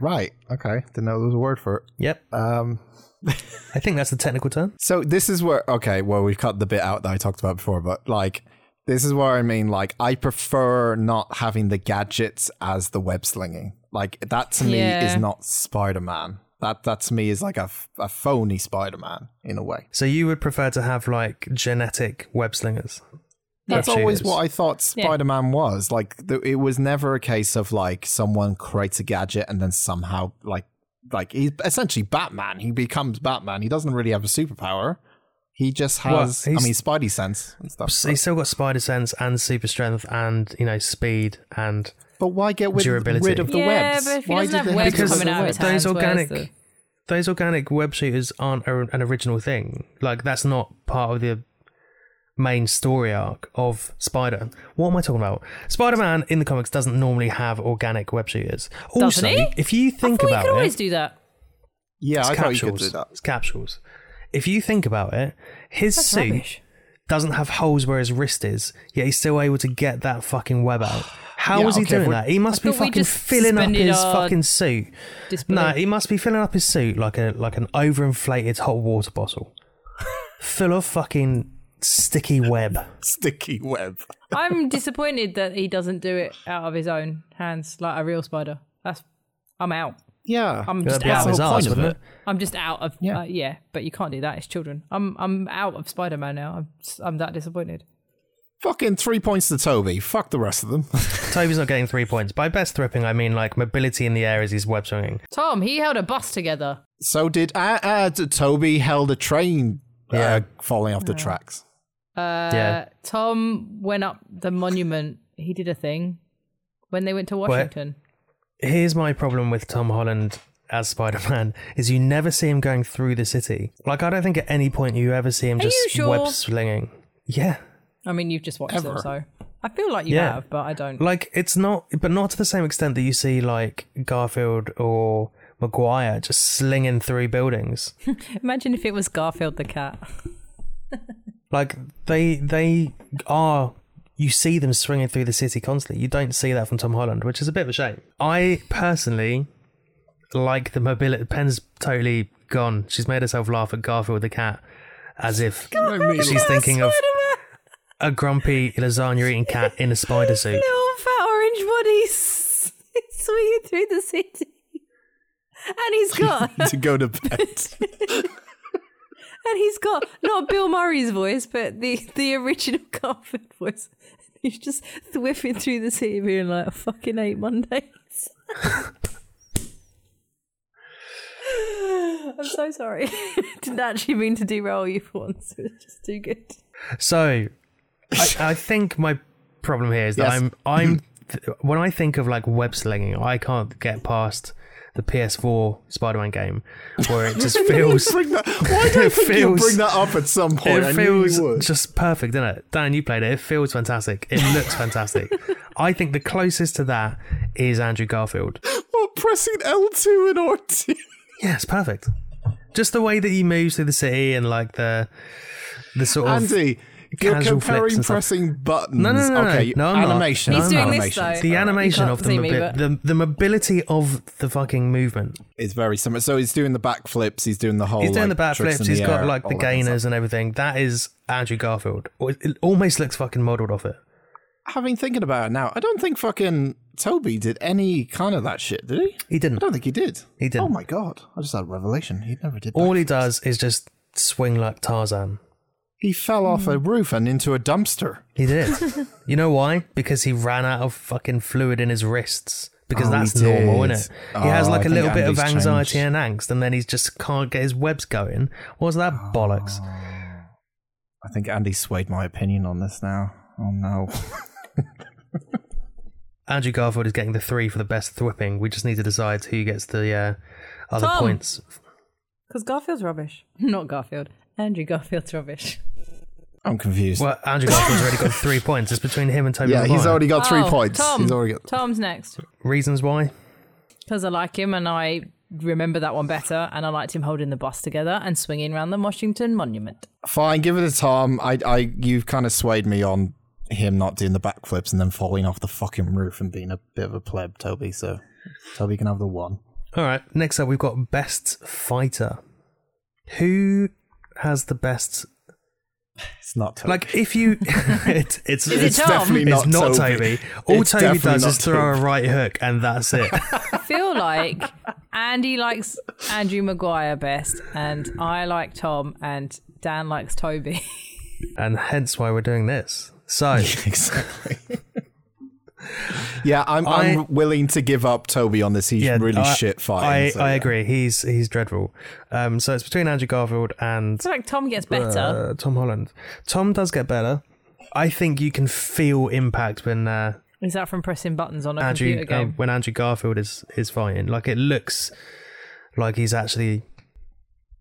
Right. Okay. Didn't know there was a word for it.
Yep.
Um.
I think that's the technical term.
So this is where okay, well we've cut the bit out that I talked about before, but like this is where I mean like I prefer not having the gadgets as the web slinging. Like that to me
Yeah.
is not Spider Man. That that to me is like a, f- a phony Spider Man in a way.
So you would prefer to have like genetic web slingers?
That's
Web
always
shooters.
what I thought
Yeah.
Spider Man was. Like th- it was never a case of like someone creates a gadget and then somehow like like he's essentially Batman. He becomes Batman. He doesn't really have a superpower. He just
Well,
has I
he's-
mean Spidey sense and stuff.
So he's still got spider sense and super strength and, you know, speed and
But why get rid,
Durability.
rid of the
yeah,
webs?
but if he
why
doesn't
do
have
they
webs
to get
Because
coming
rid of
out of his
those
hands,
organic-
where's the...
those organic web shooters aren't a, an original thing. Like that's not part of the main story arc of Spider. What am I talking about? Spider-Man in the comics doesn't normally have organic web shooters. Also,
Doesn't he?
if you think
I thought you
about
could
it,
always do that.
Yeah,
it's
I thought you could
capsules.
do that.
It's capsules. If you think about it, his
That's
suit
rubbish.
doesn't have holes where his wrist is, yet he's still able to get that fucking web out. How
Yeah,
was he
okay,
doing
but-
that? He must be
I thought we
fucking
just
filling up
suspended
his
our
fucking suit. No, he must be filling up his suit like a like an overinflated hot water bottle, full of fucking sticky web.
Sticky web.
I'm disappointed that he doesn't do it out of his own hands like a real spider. That's I'm out.
Yeah.
I'm
That'd
just
be out
out.
of his
That's the whole
arse,
point of
wouldn't it?
I'm just out of
Yeah.
yeah. Uh, yeah, but you can't do that. It's children. I'm I'm out of Spider-Man now. I'm s- I'm that disappointed.
Fucking three points to Toby. Fuck the rest of them.
Toby's not getting three points. By best thripping, I mean like mobility in the air is his web swinging.
Tom, he held a bus together.
so did uh, uh, t- Toby held a train uh,
Yeah.
falling off the tracks.
Uh,
Yeah.
Tom went up the monument. He did a thing when they went to Washington.
Here's my problem with Tom Holland as Spider-Man is you never see him going through the city. Like I don't think at any point you ever see him
Are
just
you sure?
web slinging. Yeah.
I mean, you've just watched
Ever.
it, so I feel like you
Yeah.
have, but I don't.
Like it's not, but not to the same extent that you see like Garfield or Maguire just slinging through buildings.
Imagine if it was Garfield the cat.
Like they they are. You see them swinging through the city constantly. You don't see that from Tom Holland, which is a bit of a shame. I personally like the mobility. Pen's totally gone. She's made herself laugh at Garfield the cat, as if she's thinking of a grumpy lasagna-eating cat in a spider suit.
Little fat orange body s- swinging through the city, and he's got
to go to bed.
and he's got not Bill Murray's voice, but the the original Garfield voice. He's just thwiffing through the city, being like, "I "Fucking hate Mondays." I'm so sorry. Didn't actually mean to derail you for once. It was just too good.
So, I, I think my problem here is that
Yes.
I'm I'm th- when I think of like web slinging, I can't get past the PS4 Spider-Man game where it just feels
bring that, why do I
It
think you'll
feels-
bring that up at some point?
it
I knew you
feels
would.
just perfect, doesn't it? Dan, you played it. It feels fantastic. It looks fantastic. I think the closest to that is Andrew Garfield.
Well, Oh, pressing L2 and R2.
Yeah, it's perfect. Just the way that he moves through the city and like the the sort of
Andy, You're
casual flips
comparing
and stuff.
pressing buttons.
No, no, no, no.
okay,
No, I'm not.
animation.
No,
He's
I'm
doing
not.
this though.
the animation
You
of the,
can't see me,
mobi-
but-
the the mobility of the fucking movement.
It's very similar. So he's doing the backflips. He's doing the whole.
He's doing
like,
the back
tricks
flips.
in
He's got
air,
like the
all that kind of
gainers and everything. That is Andrew Garfield. Or It it almost looks fucking modelled off it.
stuff. Having thinking about it now, I don't think fucking Toby did any kind of that shit, did he?
He
I
didn't.
don't think he did.
He didn't.
Oh my god! I just had a revelation. He never did.
All
that.
he does is just swing like Tarzan.
He fell off
Hmm.
a roof and into a dumpster.
He did. you know why? Because he ran out of fucking fluid in his wrists. Because
Oh, he
that's normal,
did.
isn't it? he has
Oh,
like
I
a
think
little bit of
Andy's
anxiety
changed.
and angst, and then he just can't get his webs going. What's that
Ah.
bollocks?
I think Andy swayed my opinion on this now. Oh no!
Andrew Garfield is getting the three for the best thwipping. We just need to decide who gets the uh, other
Tom.
points.
Because Garfield's rubbish. Not Garfield. Andrew Garfield's rubbish.
I'm confused.
Well, Andrew Garfield's already got three points. It's between him and Toby.
yeah, he's
Maguire.
already got three
Oh,
points.
Tom.
He's already got.
Tom's next.
reasons why.
Because I like him and I remember that one better. And I liked him holding the bus together and swinging around the Washington Monument.
Fine, give it a Tom. I, I, you've kind of swayed me on him not doing the backflips and then falling off the fucking roof and being a bit of a pleb, Toby. So, Toby can have the one.
All right. Next up, we've got best fighter. Who has the best?
It's not Toby.
Like, if you, it's it's
it
it's,
Tom?
definitely
it's
not,
not Toby.
Toby.
All
It's
Toby
definitely
does
not
is throw a right hook, and that's it.
I feel like Andy likes Andrew Maguire best. And I like Tom. And Dan likes Toby.
and hence why we're doing this. So
exactly. yeah, I'm, I, am i
I-
am willing to give up Toby on this. He's
yeah,
really
I-
shit fighting.
I,
so
I
yeah.
agree. He's he's dreadful. Um, so it's between Andrew Garfield and
I feel like Tom gets better.
uh, Tom Holland. Tom does get better. I think you can feel impact when uh,
Is that from pressing buttons on a
Andrew
computer game?
um, when Andrew Garfield is is fighting. Like it looks like he's actually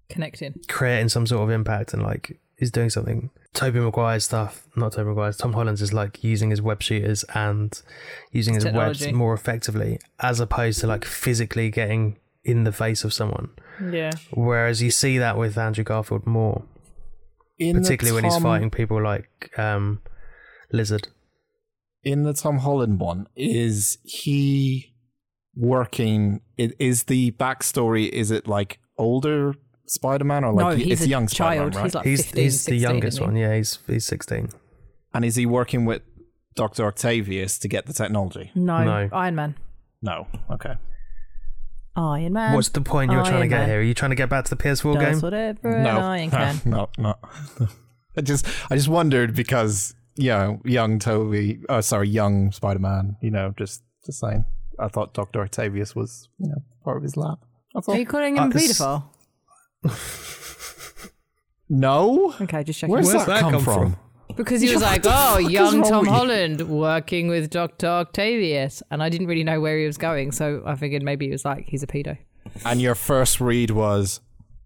Connecting.
creating some sort of impact and like he's doing something. Toby Maguire's stuff, not Toby Maguire's. Tom Holland's is like using his web shooters and using his
Technology.
webs more effectively, as opposed to like physically getting in the face of someone.
Yeah.
Whereas you see that with Andrew Garfield more,
In the
particularly when he's
Tom-
fighting people like um, Lizard.
in the Tom Holland one is he working i- is the backstory is it like older Spider-Man or like
no,
y-
he's
it's
a
young
child.
Spider-Man right?
He's like
he's
15,
he's
16,
the youngest
isn't he?
one. Yeah, he's he's sixteen.
and is he working with Dr. Octavius to get the technology?
No,
No.
Iron Man.
No. Okay.
Iron Man.
What's the point you're
Iron
trying to get
Man
here? Are you trying to get back to the PS4
does
game?
whatever an
No.
iron
No,
can.
no, no. I just I just wondered because you know, young Toby oh sorry, young Spider-Man, you know, just the same. I thought Dr. Octavius was, you know, part of his lab. That's all.
Are you calling
Uh,
him
this-
paedophile?
No.
Okay, just checking.
Where's,
Where's
that,
that
come,
come
from?
from?
Because he was like, "Oh, young Tom Holland working with Doctor Octavius," and I didn't really know where he was going, so I figured maybe he was like, "He's a pedo."
and your first read was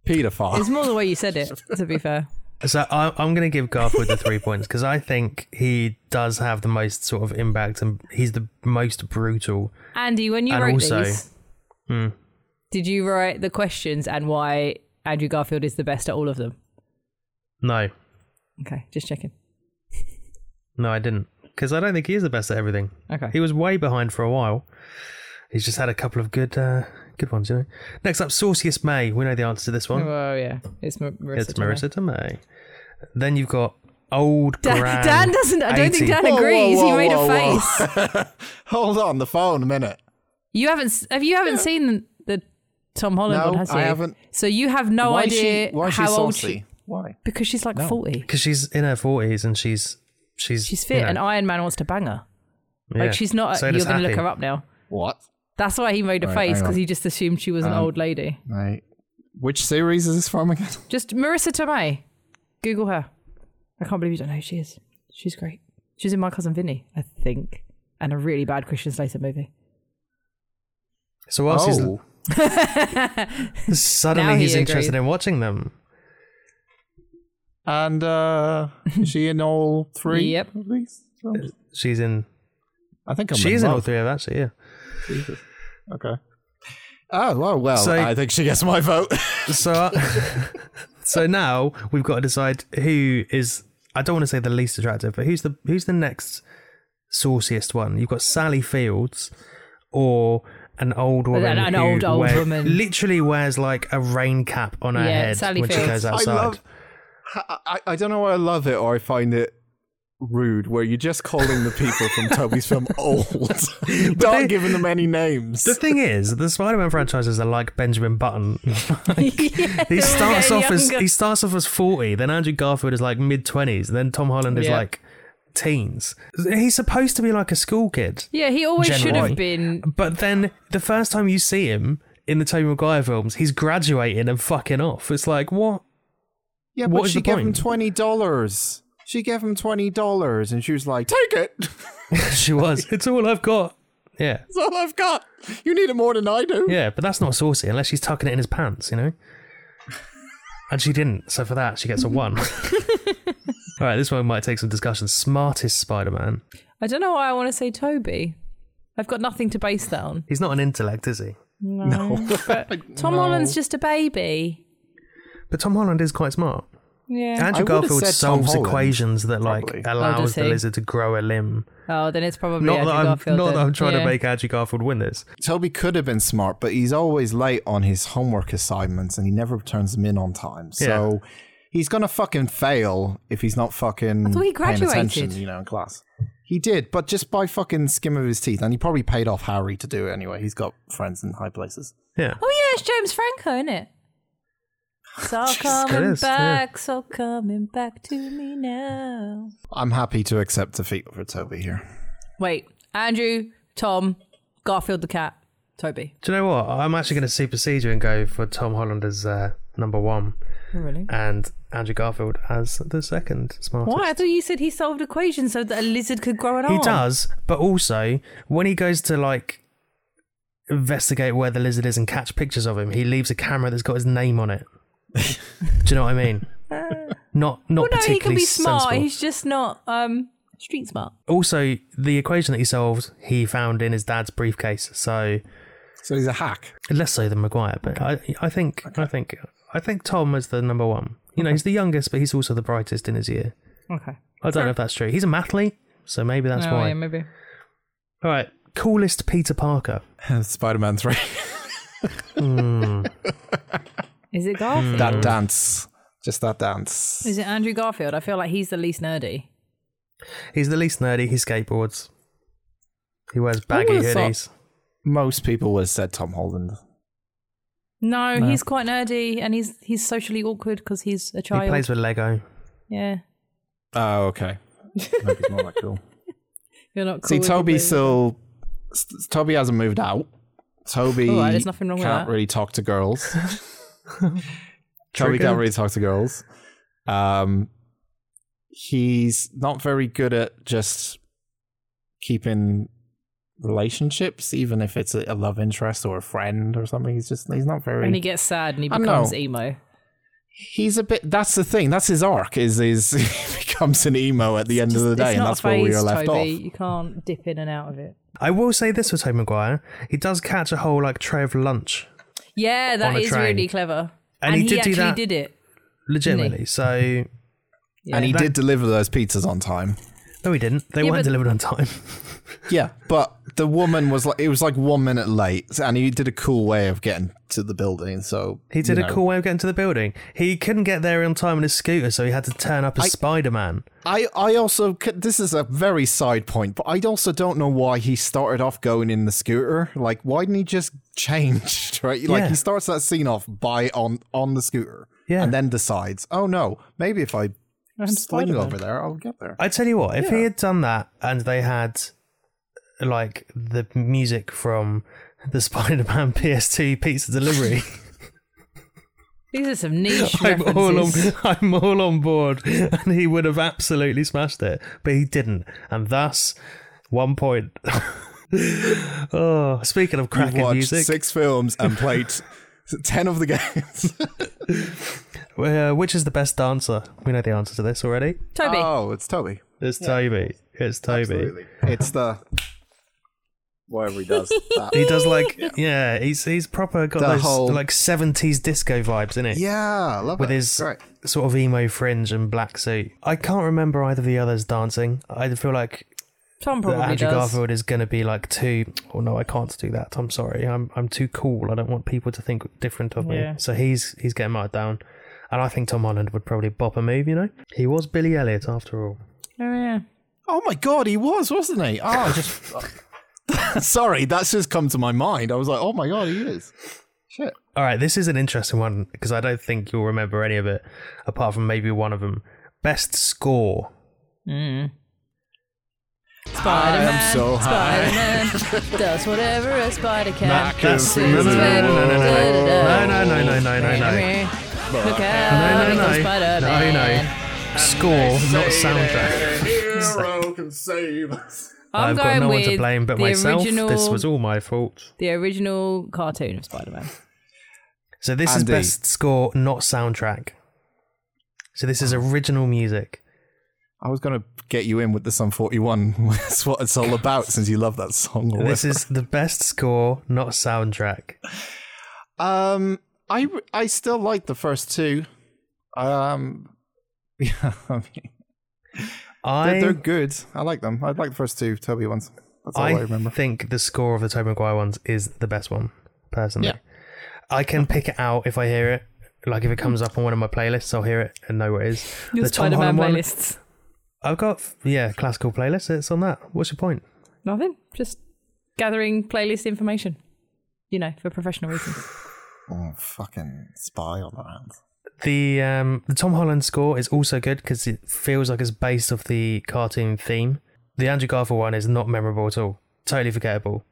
pedophile.
It's more the way you said it. To be fair,
So I, I'm going to give Garfield the three points because I think he does have the most sort of impact and he's the most brutal.
Andy, when you
And
wrote
also- hmm.
these, did you write the questions and why Andrew Garfield is the best at all of them?
No,
Okay, just checking.
no, I didn't because I don't think he is the best at everything.
Okay.
He was way behind for a while. He's just had a couple of good, uh, good ones, you know. Next up, Sauciest May. We know the answer to this one.
Oh yeah, it's Mar- Marissa.
it's
Tomei.
Marissa Tomei. Then you've got Old
Dan,
Gran.
Dan doesn't. I don't
80.
think Dan
Whoa, whoa,
agrees.
whoa,
he made
whoa,
a
whoa.
face.
Hold on the phone a minute.
You haven't. s- Have you haven't seen the, the Tom Holland
No,
one? Oh Has
I
you?
haven't.
So you have no
why
idea
is she, why is she
how
saucy?
old she.
Why?
Because she's like forty.
because she's in her forties and she's she's
She's fit,
you know,
and Iron Man wants to bang her.
yeah.
Like she's not.
So
you're
does
going to look
Happy.
her up now.
What?
That's why he made a
Right,
face
hang
because
on.
he just assumed she
Um,
was an old lady.
Right. Which series is this from again?
Just Marissa Tomei. Google her. I can't believe you don't know who she is. She's great. She's in My Cousin Vinny, I think, and a really bad Christian Slater movie.
So whilst
Oh.
he's suddenly
Now he
he's interested
agreed.
in watching them.
And uh, is she in all three?
Yep.
of these films?
She's in.
I think I'm
she's in all
love.
three of actually. Yeah.
Okay. Oh well, well.
So-
I think she gets my vote.
So, so now we've got to decide who is I don't want to say the least attractive, but who's the who's the next sauciest one? You've got Sally Fields or an old woman,
an
who
old, old
wear-
woman.
literally wears like a rain cap on her
Yeah,
head
Sally
when she
Fields.
goes
I
outside.
I love. I, I- I don't know why I love it or I find it rude. Where you're just calling the people from Toby's film old, you
But
not
they-
giving them any names.
the thing is, the Spider-Man franchises are like Benjamin Button.
Yeah,
He
they're all
starts
getting
off as
younger.
he starts off as forty. Then Andrew Garfield is like mid twenties. Then Tom Holland is
Yeah.
like teens. He's supposed to be like a school kid,
yeah, he always
Gen
should
Y.
have been.
but then the first time you see him in the Tobey Maguire films, he's graduating and fucking off. It's like what?
yeah,
what
but
is
she
the
gave him
point?
twenty dollars. She gave him twenty dollars, and she was like, "Take it. That's
she was. It's all I've got. Yeah,
all I've got. You need it more than I do."
yeah, but that's not saucy unless she's tucking it in his pants, you know. And she didn't, so for that she gets a one. all right, this one might take some discussion. Smartest Spider-Man.
I don't know why I want to say Toby. I've got nothing to base that on.
He's not an intellect, is he?
Tom Holland's just a baby.
But Tom Holland is quite smart.
Yeah.
Andrew
I would've
Garfield
said Tom
solves
Holland,
equations that like
probably.
Oh,
allows
does
the
he?
lizard to grow a limb.
oh, then it's probably
Not
Andrew
that I'm
Garfield.
not that
then.
I'm trying
Yeah.
to make Andrew Garfield win this.
Toby could have been smart, but he's always late on his homework assignments and he never turns them in on time. So he's gonna fucking fail if he's not fucking
I thought he
paying attention,
graduated.
you know, in class. He did, but just by fucking skim of his teeth, and he probably paid off Harry to do it anyway. He's got friends in high places.
Yeah.
Oh yeah, it's James Franco, isn't it? It's all
It
coming
is, yeah.
back, it's all coming back to me now.
I'm happy to accept defeat for Toby here.
Wait, Andrew, Tom, Garfield the cat, Toby.
Do you know what? I'm actually going to supersede you and go for Tom Holland as uh, number one
Oh, Really?
and Andrew Garfield as the second smartest.
Why? I thought you said he solved equations so that a lizard could grow an arm.
He does, but also when he goes to like investigate where the lizard is and catch pictures of him, he leaves a camera that's got his name on it. Do you know what I mean? Not not
Well, Oh, no,
particularly
he can be smart.
sensible.
He's just not um, street smart.
Also, the equation that he solved, he found in his dad's briefcase. So
So he's a hack.
less so than Maguire, but I I think I think I think Tom is the number one. You know, he's the youngest, but he's also the brightest in his year.
Okay.
I don't know if that's true. He's a mathlete, so maybe that's why.
Oh, maybe.
All right, coolest Peter Parker.
Spider Man 3.
Is
Hmm.
it Garfield?
that dance. Just that dance.
Is it Andrew Garfield? I feel like he's the least nerdy.
He's the least nerdy. He skateboards. He wears baggy
would've thought-
hoodies.
Most people would have said Tom Holland.
No, he's quite nerdy, and he's he's socially awkward because he's a child.
He plays with Lego.
yeah,
Oh, okay. Maybe he's not that cool.
you're not. Cool
See,
with
Toby
the-
still. s- Toby hasn't moved out. Toby
All Oh, right, there's nothing wrong with
can't
that.
really talk to girls. Toby can't really talk to girls. Um, he's not very good at just keeping relationships, even if it's a, a love interest or a friend or something. He's just he's not very.
and he gets sad and he
I don't
becomes
know.
emo.
he's a bit. That's the thing. That's his arc. Is is he becomes an emo at the end of the
Just-
day,
it's
and
not
that's
a
where we
phase,
are left
Toby.
off.
You can't dip in and out of it.
I will say this with Tobey Maguire. He does catch a whole like tray of lunch,
Yeah,
On
that
a
is
train.
really clever.
And he did do
actually
that-
did it.
legitimately. So
Yeah.
And he
That-
did deliver those pizzas on time.
no, he didn't. They
Yeah,
weren't
but-
delivered on time.
Yeah, but the woman was like, it was like one minute late, and he did a cool way of getting to the building. So
He did
you
a
know.
cool way of getting to the building. He couldn't get there on time on his scooter, so he had to turn up as Spider Man.
I I also c- this is a very side point, but I also don't know why he started off going in the scooter. Like, why didn't he just change? Right, like
Yeah.
he starts that scene off by on on the scooter,
Yeah.
and then decides, oh no, maybe if I sling over there, I'll get there.
I tell you what, if he had done that and they had like the music from the Spider Man PS2 pizza delivery,
These are some niche
I'm all on,
references.
I'm all on board, and he would have absolutely smashed it, but he didn't, and thus one point. oh, speaking of
I've
cracking
watched
music,
six films and played ten of the games.
uh, which is the best dancer? We know the answer to this already.
Toby.
oh, it's Toby.
It's Toby. It's Toby.
Absolutely. It's the
whatever he does. That-
He does like yeah, he's he's proper got
The
those
whole-
like seventies disco vibes, isn't it?
Yeah, love
With
it.
his-
Great.
Sort of emo fringe and black suit. I can't remember either of the others dancing. I feel like
Tom
that
probably
Andrew
does.
Garfield is gonna be like too oh no, I can't do that. I'm sorry. I'm I'm too cool. I don't want people to think different of me.
Yeah.
So he's he's getting marked down. And I think Tom Holland would probably bop a move, you know? He was Billy Elliot after all.
Oh yeah.
Oh my god, he was, wasn't he? Oh, I just sorry, that's just come to my mind. I was like, oh my god, he is. Shit.
All right, this is an interesting one because I don't think you'll remember any of it apart from maybe one of them. Best score.
Mm.
I
Spider
am
Man.
so
Spider
high.
Man does whatever a spider
Nah,
can.
that's-
feel
no, no, no, no, no, no, no, no, no, no, no, no, no, no, no.
Look out!
No, no, no.
Spider
No,
Man.
no. Score, not soundtrack.
Hero can save us.
I'm
I've got
going
no one to
with
blame but
the
myself.
Original,
This was all my fault.
the original cartoon of Spider Man.
So this is
Andy.
best score, not soundtrack. So this is original music.
I was gonna get you in with the Sum 41. That's what it's all about, since you love that song. or
This is the best score, not soundtrack.
Um, I I still like the first two. Um, yeah, I mean, they're, they're
I
good. I like them. I like the first two Toby ones. That's all I,
I
remember.
think the score of the Tobey Maguire ones is the best one, personally.
Yeah.
I can pick it out if I hear it. Like if it comes up on one of my playlists, I'll hear it and know what it is.
Your
the Tom
Spider Man
Holland one,
playlists.
I've got yeah, classical playlists. It's on that. What's your point?
Nothing. Just gathering playlist information. You know, for professional reasons.
Oh, fucking spy on our hands.
The um, the Tom Holland score is also good because it feels like it's based off the cartoon theme. The Andrew Garfield one is not memorable at all. Totally forgettable.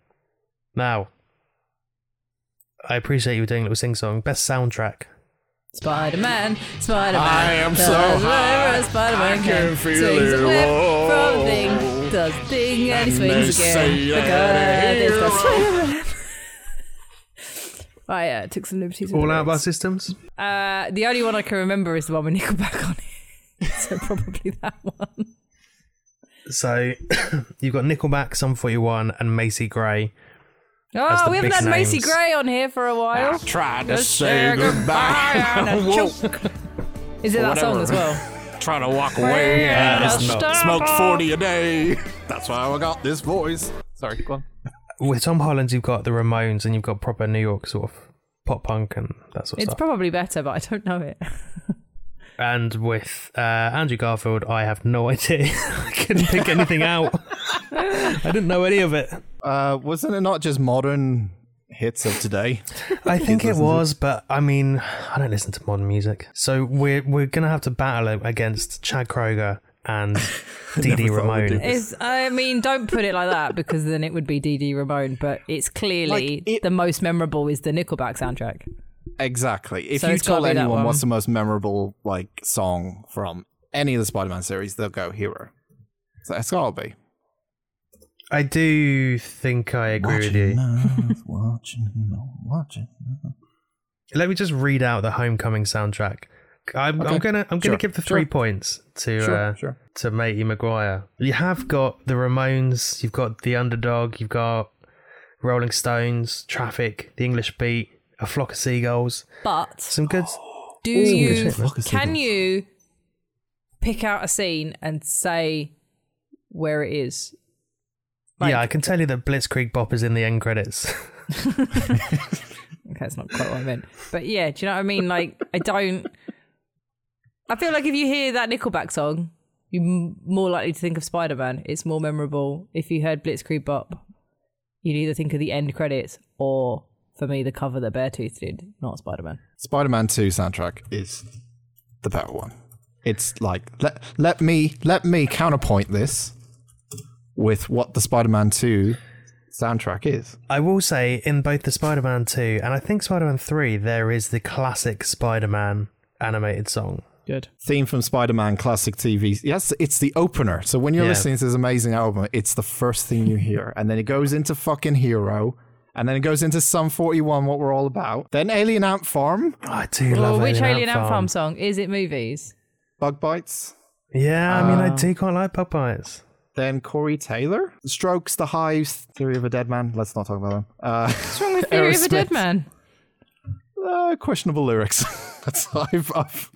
Now, I appreciate you doing a little sing song. Best soundtrack.
Spider Man, Spider Man.
I am so high,
Spider Man
I can feel it all.
From thing, does ding, and he
And they
swings
say
again.
that I'm a
Because
hero.
it's Spider Man. I uh, took some liberties. with
All
the
out of our
lyrics.
systems.
Uh, the only one I can remember is the one with Nickelback on it. so probably that one.
So you've got Nickelback, Sum 41, and Macy Gray.
Oh,
the
we haven't
big
had Macy
names.
Gray on here for a while.
Trying to
Just
say goodbye.
and a
Whoa.
choke. Is it that song as well?
Trying to walk away.
Yeah,
and I
stop.
smoked- smoked 40 a day. That's why I got this voice. Sorry, go on.
With Tom Holland, you've got the Ramones, and you've got proper New York sort of pop punk and that sort of
It's
stuff.
probably better, but I don't know it.
and with uh, Andrew Garfield, I have no idea. I couldn't pick anything out. I didn't know any of it.
Uh, wasn't it not just modern hits of today?
I think it was, but I mean, I don't listen to modern music, so we're we're gonna have to battle it against Chad Kroger and Dee Dee
Never thought we'd do
Ramone.
this.
It's, I mean, don't put it like that because then it would be DD Ramone. But it's clearly
Like, it-
the most memorable is the Nickelback soundtrack.
Exactly. If
So
you
it's gotta
tell
be that
anyone
one.
what's the most memorable like song from any of the Spider-Man series, they'll go Hero. So it's gotta be.
I do think I agree with you.
Us, watching, watching.
Let me just read out the Homecoming soundtrack. I'm, I'm
Okay.
gonna I'm
Sure,
gonna give the three
sure.
points to
Sure,
uh,
sure.
to Matey Maguire. You have got the Ramones, you've got the Underdog, you've got Rolling Stones, Traffic, The English Beat, A Flock of Seagulls,
But
some good.
do
Ooh,
you
shit, look,
can you pick out a scene and say where it is?
yeah, I can tell you that Blitzkrieg Bop is in the end credits.
Okay, that's not quite what I meant. But yeah, do you know what I mean? Like, I don't. I feel like if you hear that Nickelback song, you're m- more likely to think of Spider Man. It's more memorable. If you heard Blitzkrieg Bop, you'd either think of the end credits or, for me, the cover that Beartooth did, not Spider Man.
Spider-Man 2 soundtrack is the better one. It's like let let me let me counterpoint this with what the Spider-Man 2 soundtrack is.
I will say in both the Spider-Man 2 and I think Spider-Man 3 there is the classic Spider-Man animated song.
Good.
Theme from Spider-Man classic TV. Yes, it's the opener. So when you're
Yeah.
listening to this amazing album, it's the first thing you hear, and then it goes into fucking Hero, and then it goes into Sum 41, what we're all about. Then Alien Ant Farm,
I do
Well,
love
Oh, which
Alien Ant
Alien Ant Farm song? Is it movies?
Bug Bites. Ah.
Yeah, I mean I do quite like Popeyes.
Then Corey Taylor strokes the hive theory of a dead man. Let's not talk about him. Uh,
What's wrong with Theory of a Dead
Aerosmith.
Man?
uh, questionable lyrics. That's I've, I've,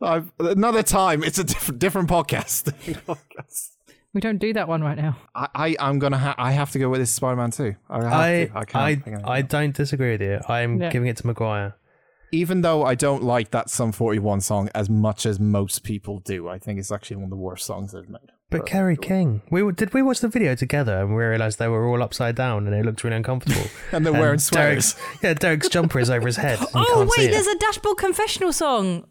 I've another time. It's a different different podcast. Different podcast.
We don't do that one right now.
I, I I'm gonna ha- I have to go with this Spider-Man too. I have
I
to. I can't.
I
hang on.
I don't disagree with you. I'm
Yeah.
giving it to Maguire.
Even though I don't like that Sum 41 song as much as most people do, I think it's actually one of the worst songs they've made.
But Kerry King, we were- did we watch the video together and we realised they were all upside down and it looked really uncomfortable.
And they're wearing sweaters.
Derek's, yeah, Derek's jumper is over his head. and you
Oh
can't see
wait,
it.
there's a Dashboard Confessional song.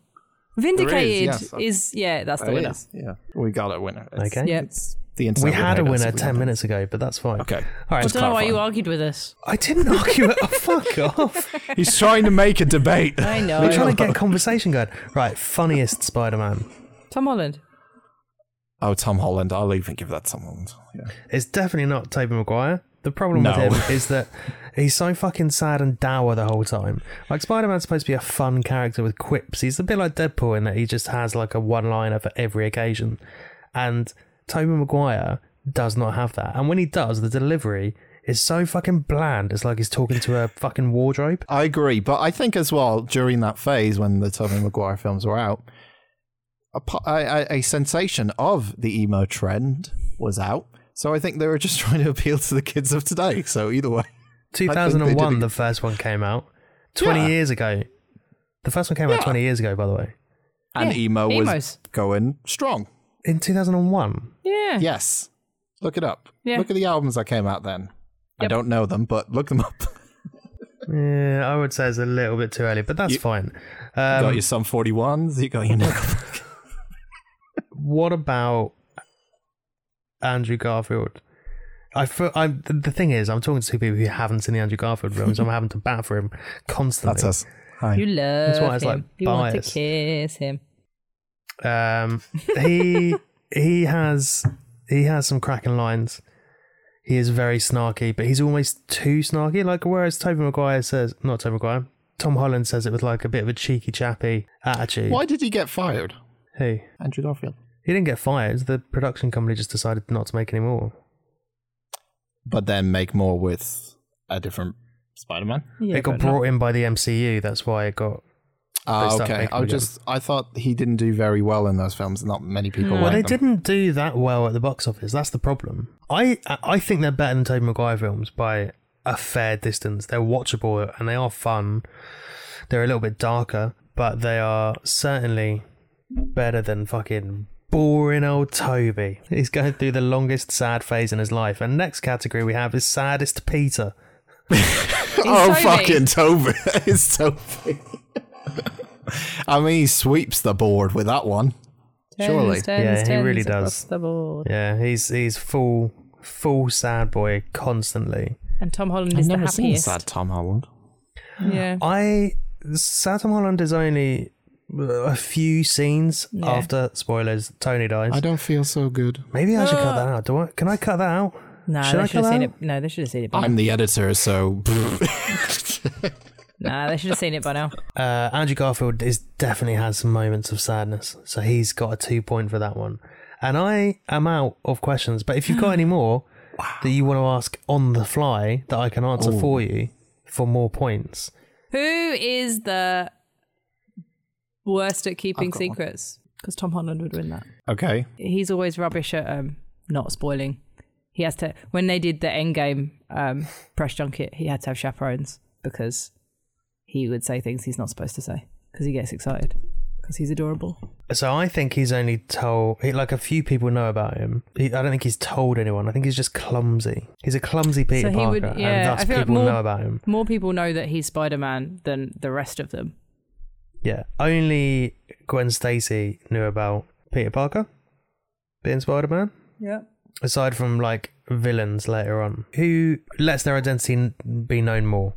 Vindicated is,
yes.
yeah, that's the winner.
Yeah, we got a winner. It's-
Oh, Okay.
Yep.
It's the internet.
We
will
had a
hate us
winner
if we
ten
don't.
minutes ago, but that's fine.
Okay.
All right.
I don't know why
clarifying.
you argued with us.
I didn't argue it. Oh, fuck off.
He's trying to make a debate.
I know.
We're trying to get conversation going. Right. Funniest Spider-Man.
Tom Holland.
Oh, Tom Holland. I'll even give that Tom Holland. Yeah.
It's definitely not Toby Maguire. The problem
No.
with him is that he's so fucking sad and dour the whole time. Like Spider Man's supposed to be a fun character with quips. He's a bit like Deadpool in that he just has like a one liner for every occasion. And Toby Maguire does not have that. And when he does, the delivery is so fucking bland. It's like he's talking to a fucking wardrobe.
I agree, but I think as well during that phase when the Tobey Maguire films were out, a, po- a, a- a sensation of the emo trend was out. So I think they were just trying to appeal to the kids of today. So either way, did
2001,
a-
the first one came out. 20
Yeah.
years ago. The first one came out 20 years ago, by the way.
and
Yeah,
emo was
emos.
going strong.
In 2001.
Yeah.
Yes, look it up.
Yeah.
Look at the albums that came out then. I
Yep.
don't know them, but look them up.
Yeah, I would say it's a little bit too early, but that's fine.
you got
Um,
your Sum 41s. You got your Nickelback.
what about Andrew Garfield? I feel, I'm, the the thing is, I'm talking to two people who haven't seen the Andrew Garfield films. I'm having to bat for him constantly.
That's us. Hi.
You love
why it's,
him.
like,
you want to
biased.
kiss him.
Um, he he has he has some cracking lines. He is very snarky, but he's almost too snarky. Like whereas Toby Maguire says, not Toby Maguire, Tom Holland says it with like a bit of a cheeky chappy attitude.
Why did he get fired,
Who?
Andrew Garfield?
He didn't get fired. The production company just decided not to make any more.
But then make more with a different Spider-Man.
Yeah,
it got
but not-
brought in by the MCU. That's why it got. They
Ah,
start
okay.
making
I
them.
just I thought he didn't do very well in those films. Not many people.
Well,
Hmm.
like
they
them.
didn't do that well at the box office. That's the problem. I I think they're better than Tobey Maguire films by a fair distance. They're watchable and they are fun. They're a little bit darker, but they are certainly better than fucking boring old Toby. He's going through the longest sad phase in his life. And next category we have is saddest Peter.
Oh,
Toby.
fucking Toby! it's Toby. I mean, he sweeps the board with that one.
Tens,
surely.
tens,
Yeah, he really
tens across
does.
the board.
Yeah, he's he's full full sad boy constantly.
And Tom Holland is the happiest.
Tom Holland.
Yeah.
I Saturn Holland is only a few scenes after spoilers. Tony dies.
I don't Uh. feel so good.
Maybe I should cut that out. Do I? Can I cut that out?
No,
Should I
they should have
come
seen
out?
it. No, they should have seen it. By now.
I'm the editor, so
Nah, they should have seen it by now.
Uh, Andrew Garfield is definitely has some moments of sadness, so he's got a two point for that one. And I am out of questions, but if you've got any more that you want to ask on the fly that I can answer for you for more points,
Who is the worst at keeping secrets? Because Tom Holland would win that.
okay.
He's always rubbish at um, not spoiling. He has to when they did the Endgame um, press junket, he had to have chaperones because he would say things he's not supposed to say because he gets excited because he's adorable.
So I think he's only told, he, like a few people know about him. He, I don't think he's told anyone. I think he's just clumsy. He's a clumsy Peter
he
Parker,
would- yeah,
and
I
thus
feel like
people
more-
know about him.
More people know that he's Spider Man than the rest of them.
Yeah, only Gwen Stacy knew about Peter Parker being Spider-Man.
Yeah.
Aside from like villains later on, who lets their identity n- be known more?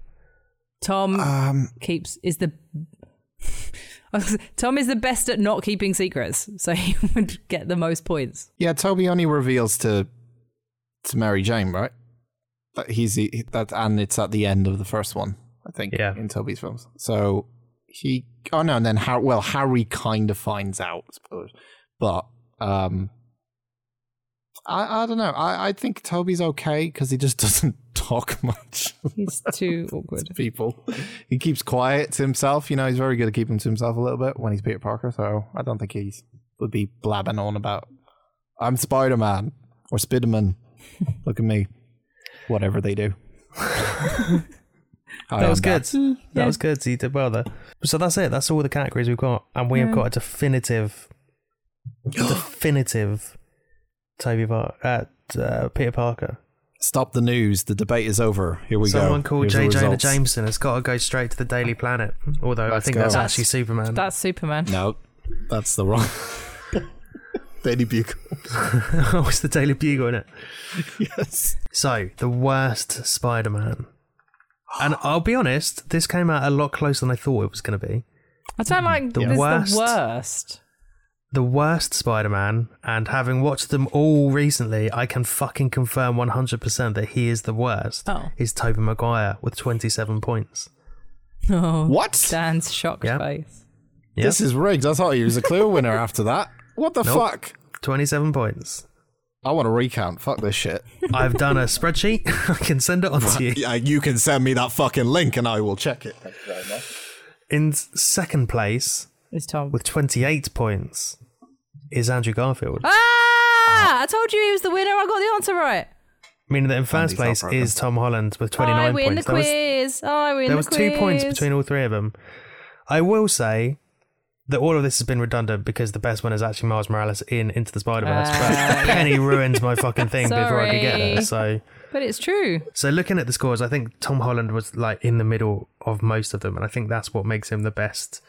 Tom
Um,
keeps is the I was gonna say, Tom is the best at not keeping secrets, so he would get the most points.
yeah, Toby only reveals to to Mary Jane, right? That he's the, that, and it's at the end of the first one, I think.
Yeah.
in Toby's films. So he, oh no, and then Har well, Harry kind of finds out, I suppose, but um, I, I don't know. I, I think Toby's okay because he just doesn't talk much to
He's too awkward.
people. He keeps quiet to himself. You know, he's very good at keeping to himself a little bit when he's Peter Parker. So I don't think he's would be blabbing on about I'm Spider Man or Spiderman. Look at me. Whatever they do.
That was good. That was good. So you did well there. So that's it. That's all the categories we've got, and we have got a definitive, definitive Toby Var- uh, uh, Peter Parker.
Stop the news. The debate is over. Here we
Someone
go.
called
Here's the
J. Jonah
results.
Jameson has got to go straight to the Daily Planet. Although I
Let's
think
go.
that's
That's-
actually Superman.
That's Superman.
No, that's the wrong. Daily Bugle.
oh, it's the Daily Bugle in it.
Yes.
So the worst Spider-Man, and I'll be honest, this came out a lot closer than I thought it was going to be.
I don't like
The
the this
worst.
the worst.
the worst Spider-Man, and having watched them all recently, I can fucking confirm 100% that he is the worst.
Oh.
Is Tobey Maguire with 27 points.
Oh,
What?
Dan's shocked
Yeah.
face.
Yep.
This is rigged. I thought he was a clue winner after that. What the
Nope.
fuck?
27 points.
I want a recount. Fuck this shit.
I've done a spreadsheet. I can send it on to you.
Yeah, you can send me that fucking link and I will check it.
In second place,
It's Tom.
with 28 points, is Andrew Garfield.
ah! I told you he was the winner. I got the answer right.
Meaning that in first
Andy's not
place
broken.
is Tom Holland with 29
I win the
points. There was-
quiz. I win
There
the
was
quiz.
two points between all three of them. I will say that all of this has been redundant because the best one is actually Miles Morales in Into the Spider Verse.
Ah.
but Penny ruined my fucking thing before I could get there. So,
But it's true.
so looking at the scores, I think Tom Holland was like in the middle of most of them, and I think that's what makes him the best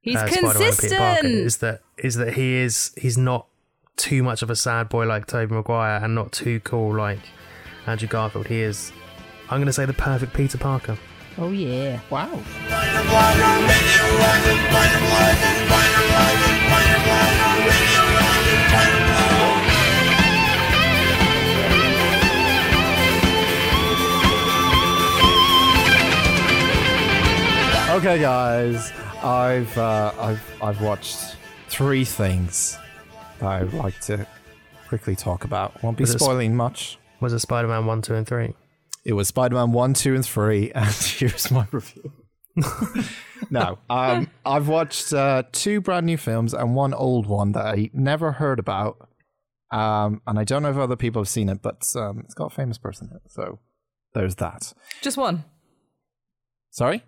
He's
uh, Spider-Man and Peter Parker.
consistent.
Is that is that he is he's not too much of a sad boy like Tobey Maguire and not too cool like Andrew Garfield. He is. I'm going to say the perfect Peter Parker.
Oh yeah.
Wow. Okay, guys, I've uh, I've I've watched three things that I'd like to quickly talk about. Won't be
Was it sp-
spoiling much.
Was it Spider-Man one, two, and three?
It was Spider Man 1, 2, and 3, and here's my review. no, um, I've watched uh, two brand new films and one old one that I never heard about. Um, and I don't know if other people have seen it, but um, it's got a famous person in it. So there's that.
Just one.
Sorry?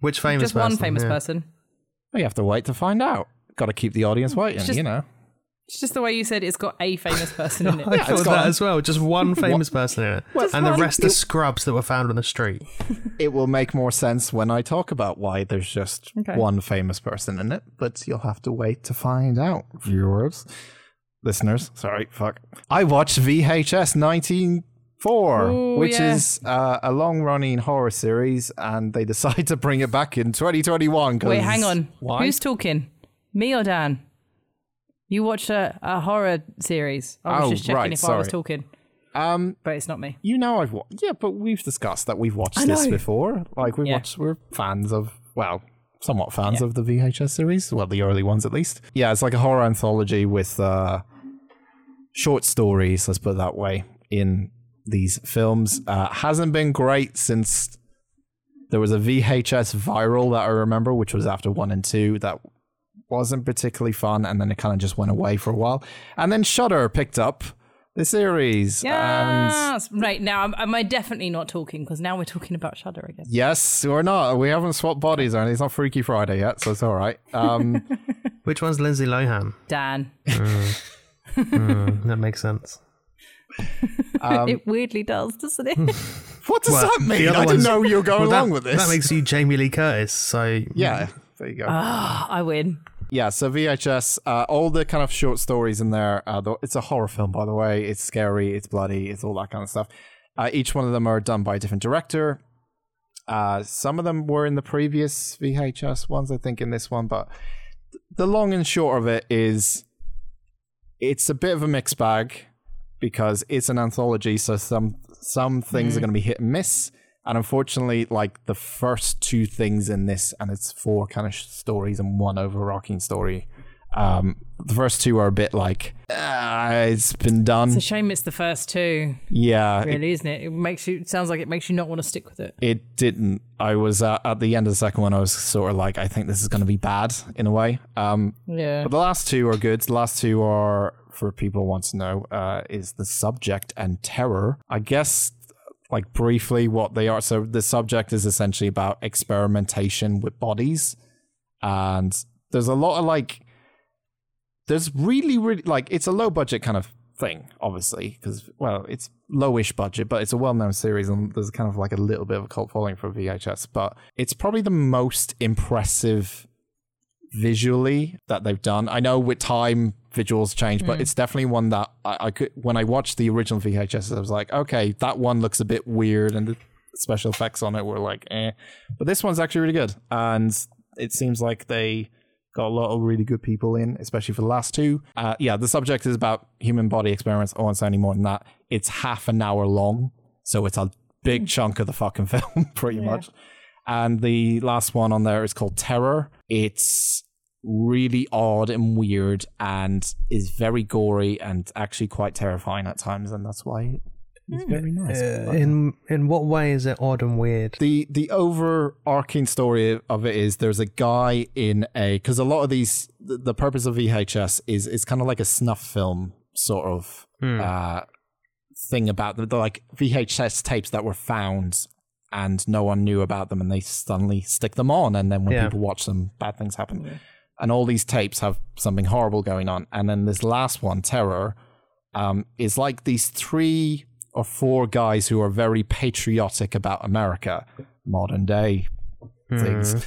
Which famous
Just
person?
one famous
Yeah.
person.
Well, Oh, you have to wait to find out. Got to keep the audience waiting,
just-
you know.
It's just the way you said it's got a famous person in
I
it.
Yeah,
thought
it's
that
got-
as well. Just one famous person in it, and the
one.
rest are scrubs that were found on the street.
It will make more sense when I talk about why there's just
Okay.
one famous person in it, but you'll have to wait to find out, viewers. Listeners, sorry, fuck. I watched VHS 194,
Ooh,
which
yeah.
is uh, a long running horror series, and they decide to bring it back in 2021. 'cause
Wait, hang on.
Why?
Who's talking? Me or Dan? You watched a, a horror series. I was
Oh,
just checking
right,
if I was
sorry.
talking,
um,
but it's not me.
you know I've watched. Yeah, but we've discussed that we've watched
I
this
know.
before. Like we
Yeah.
watched, we're fans of well, somewhat fans of the VHS series. Well, the early ones at least. Yeah, it's like a horror anthology with uh, short stories. Let's put it that way. In these films, uh, hasn't been great since there was a VHS viral that I remember, which was after one and two. That wasn't particularly fun, and then it kind of just went away for a while. And then Shudder picked up the series. And
Yes. right now, am, am I definitely not talking? Because now we're talking about Shudder again.
Yes, or not. We haven't swapped bodies or anything. It's not Freaky Friday yet, so it's all right. Um,
Which one's Lindsay Lohan?
Dan,
Mm, that makes sense.
it weirdly does, doesn't it?
what does
Well,
that
the
mean?
other
I didn't
one's-
know you were going
Well,
along
that,
with this.
That makes you Jamie Lee Curtis. So
yeah, there you go.
Ah. I win.
yeah, so VHS, uh, all the kind of short stories in there. Uh, the, it's a horror film, by the way. It's scary, it's bloody, it's all that kind of stuff. Uh, each one of them are done by a different director. Uh, some of them were in the previous VHS ones, I think, in this one. But th- the long and short of it is it's a bit of a mixed bag because it's an anthology. So some some things are
Mm.
going to be hit and miss. And unfortunately, like the first two things in this, and it's four kind of sh- stories and one overarching story, Um, the first two are a bit like "Ah, it's been done.
It's a shame it's the first two,
yeah, Mm. Uh, it,
really, isn't it? It makes you it sounds like it makes you not want to stick with it.
it didn't. I was uh, at the end of the second one. I was sort of like, I think this is going to be bad in a way. Um,
Yeah.
But the last two are good. The last two are for people who want to know uh, is the subject and terror. I guess like briefly what they are. So the subject is essentially about experimentation with bodies, and there's a lot of like there's really really like it's a low budget kind of thing obviously because well it's lowish budget but it's a well-known series and there's kind of like a little bit of a cult following for vhs but it's probably the most impressive visually that they've done. I know with time visuals change, but it's definitely one that I, I could when I watched the original VHS, I was like, okay, that one looks a bit weird, and the special effects on it were like, eh. But this one's actually really good, and it seems like they got a lot of really good people in, especially for the last two. Uh, yeah, the subject is about human body experiments. I won't say any more than that. It's half an hour long, so it's a big chunk of the fucking film, pretty much. And the last one on there is called Terror. It's really odd and weird and is very gory and actually quite terrifying at times, and that's why it's very nice.
Uh, in in what way is it odd and weird?
The the overarching story of it is there's a guy in a because a lot of these the, the purpose of VHS is it's kind of like a snuff film sort of uh, thing about the, the like VHS tapes that were found and no one knew about them and they suddenly stick them on and then when
Yeah.
people watch them bad things happen and all these tapes have something horrible going on and then this last one terror um, is like these three or four guys who are very patriotic about america modern day things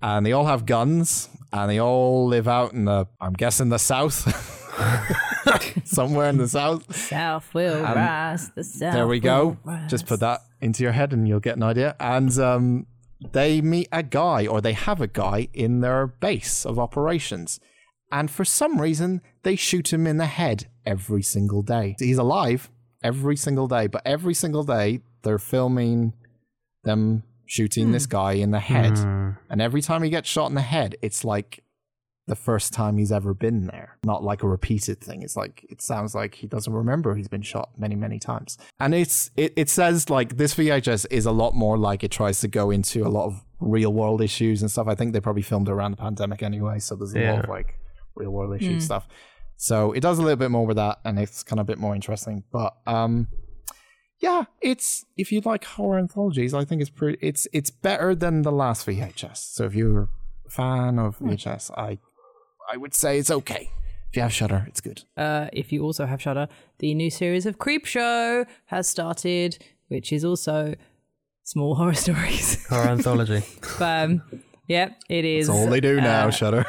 and they all have guns and they all live out in the i'm guessing the south somewhere in the south
South will rise. The south.
um, there we
will
go.
rise.
Just put that into your head and you'll get an idea. And um, they meet a guy or they have a guy in their base of operations. And for some reason, they shoot him in the head every single day. He's alive every single day, but every single day they're filming them shooting this guy in the head.
Hmm.
And every time he gets shot in the head, it's like the first time he's ever been there. Not like a repeated thing. It's like it sounds like he doesn't remember he's been shot many, many times. And it's it, it says like this VHS is a lot more like it tries to go into a lot of real world issues and stuff. I think they probably filmed around the pandemic anyway, so there's a lot of like real world issue stuff. So it does a little bit more with that and it's kind of a bit more interesting. But um yeah, it's if you like horror anthologies, I think it's pretty. It's it's better than the last VHS. So if you're a fan of
Hmm.
VHS, I I would say it's okay. If you have Shutter, it's good.
Uh, if you also have Shudder, the new series of Creep Show has started, which is also small horror stories.
Horror anthology.
but um, yeah, it uh, is.
do now, Shutter.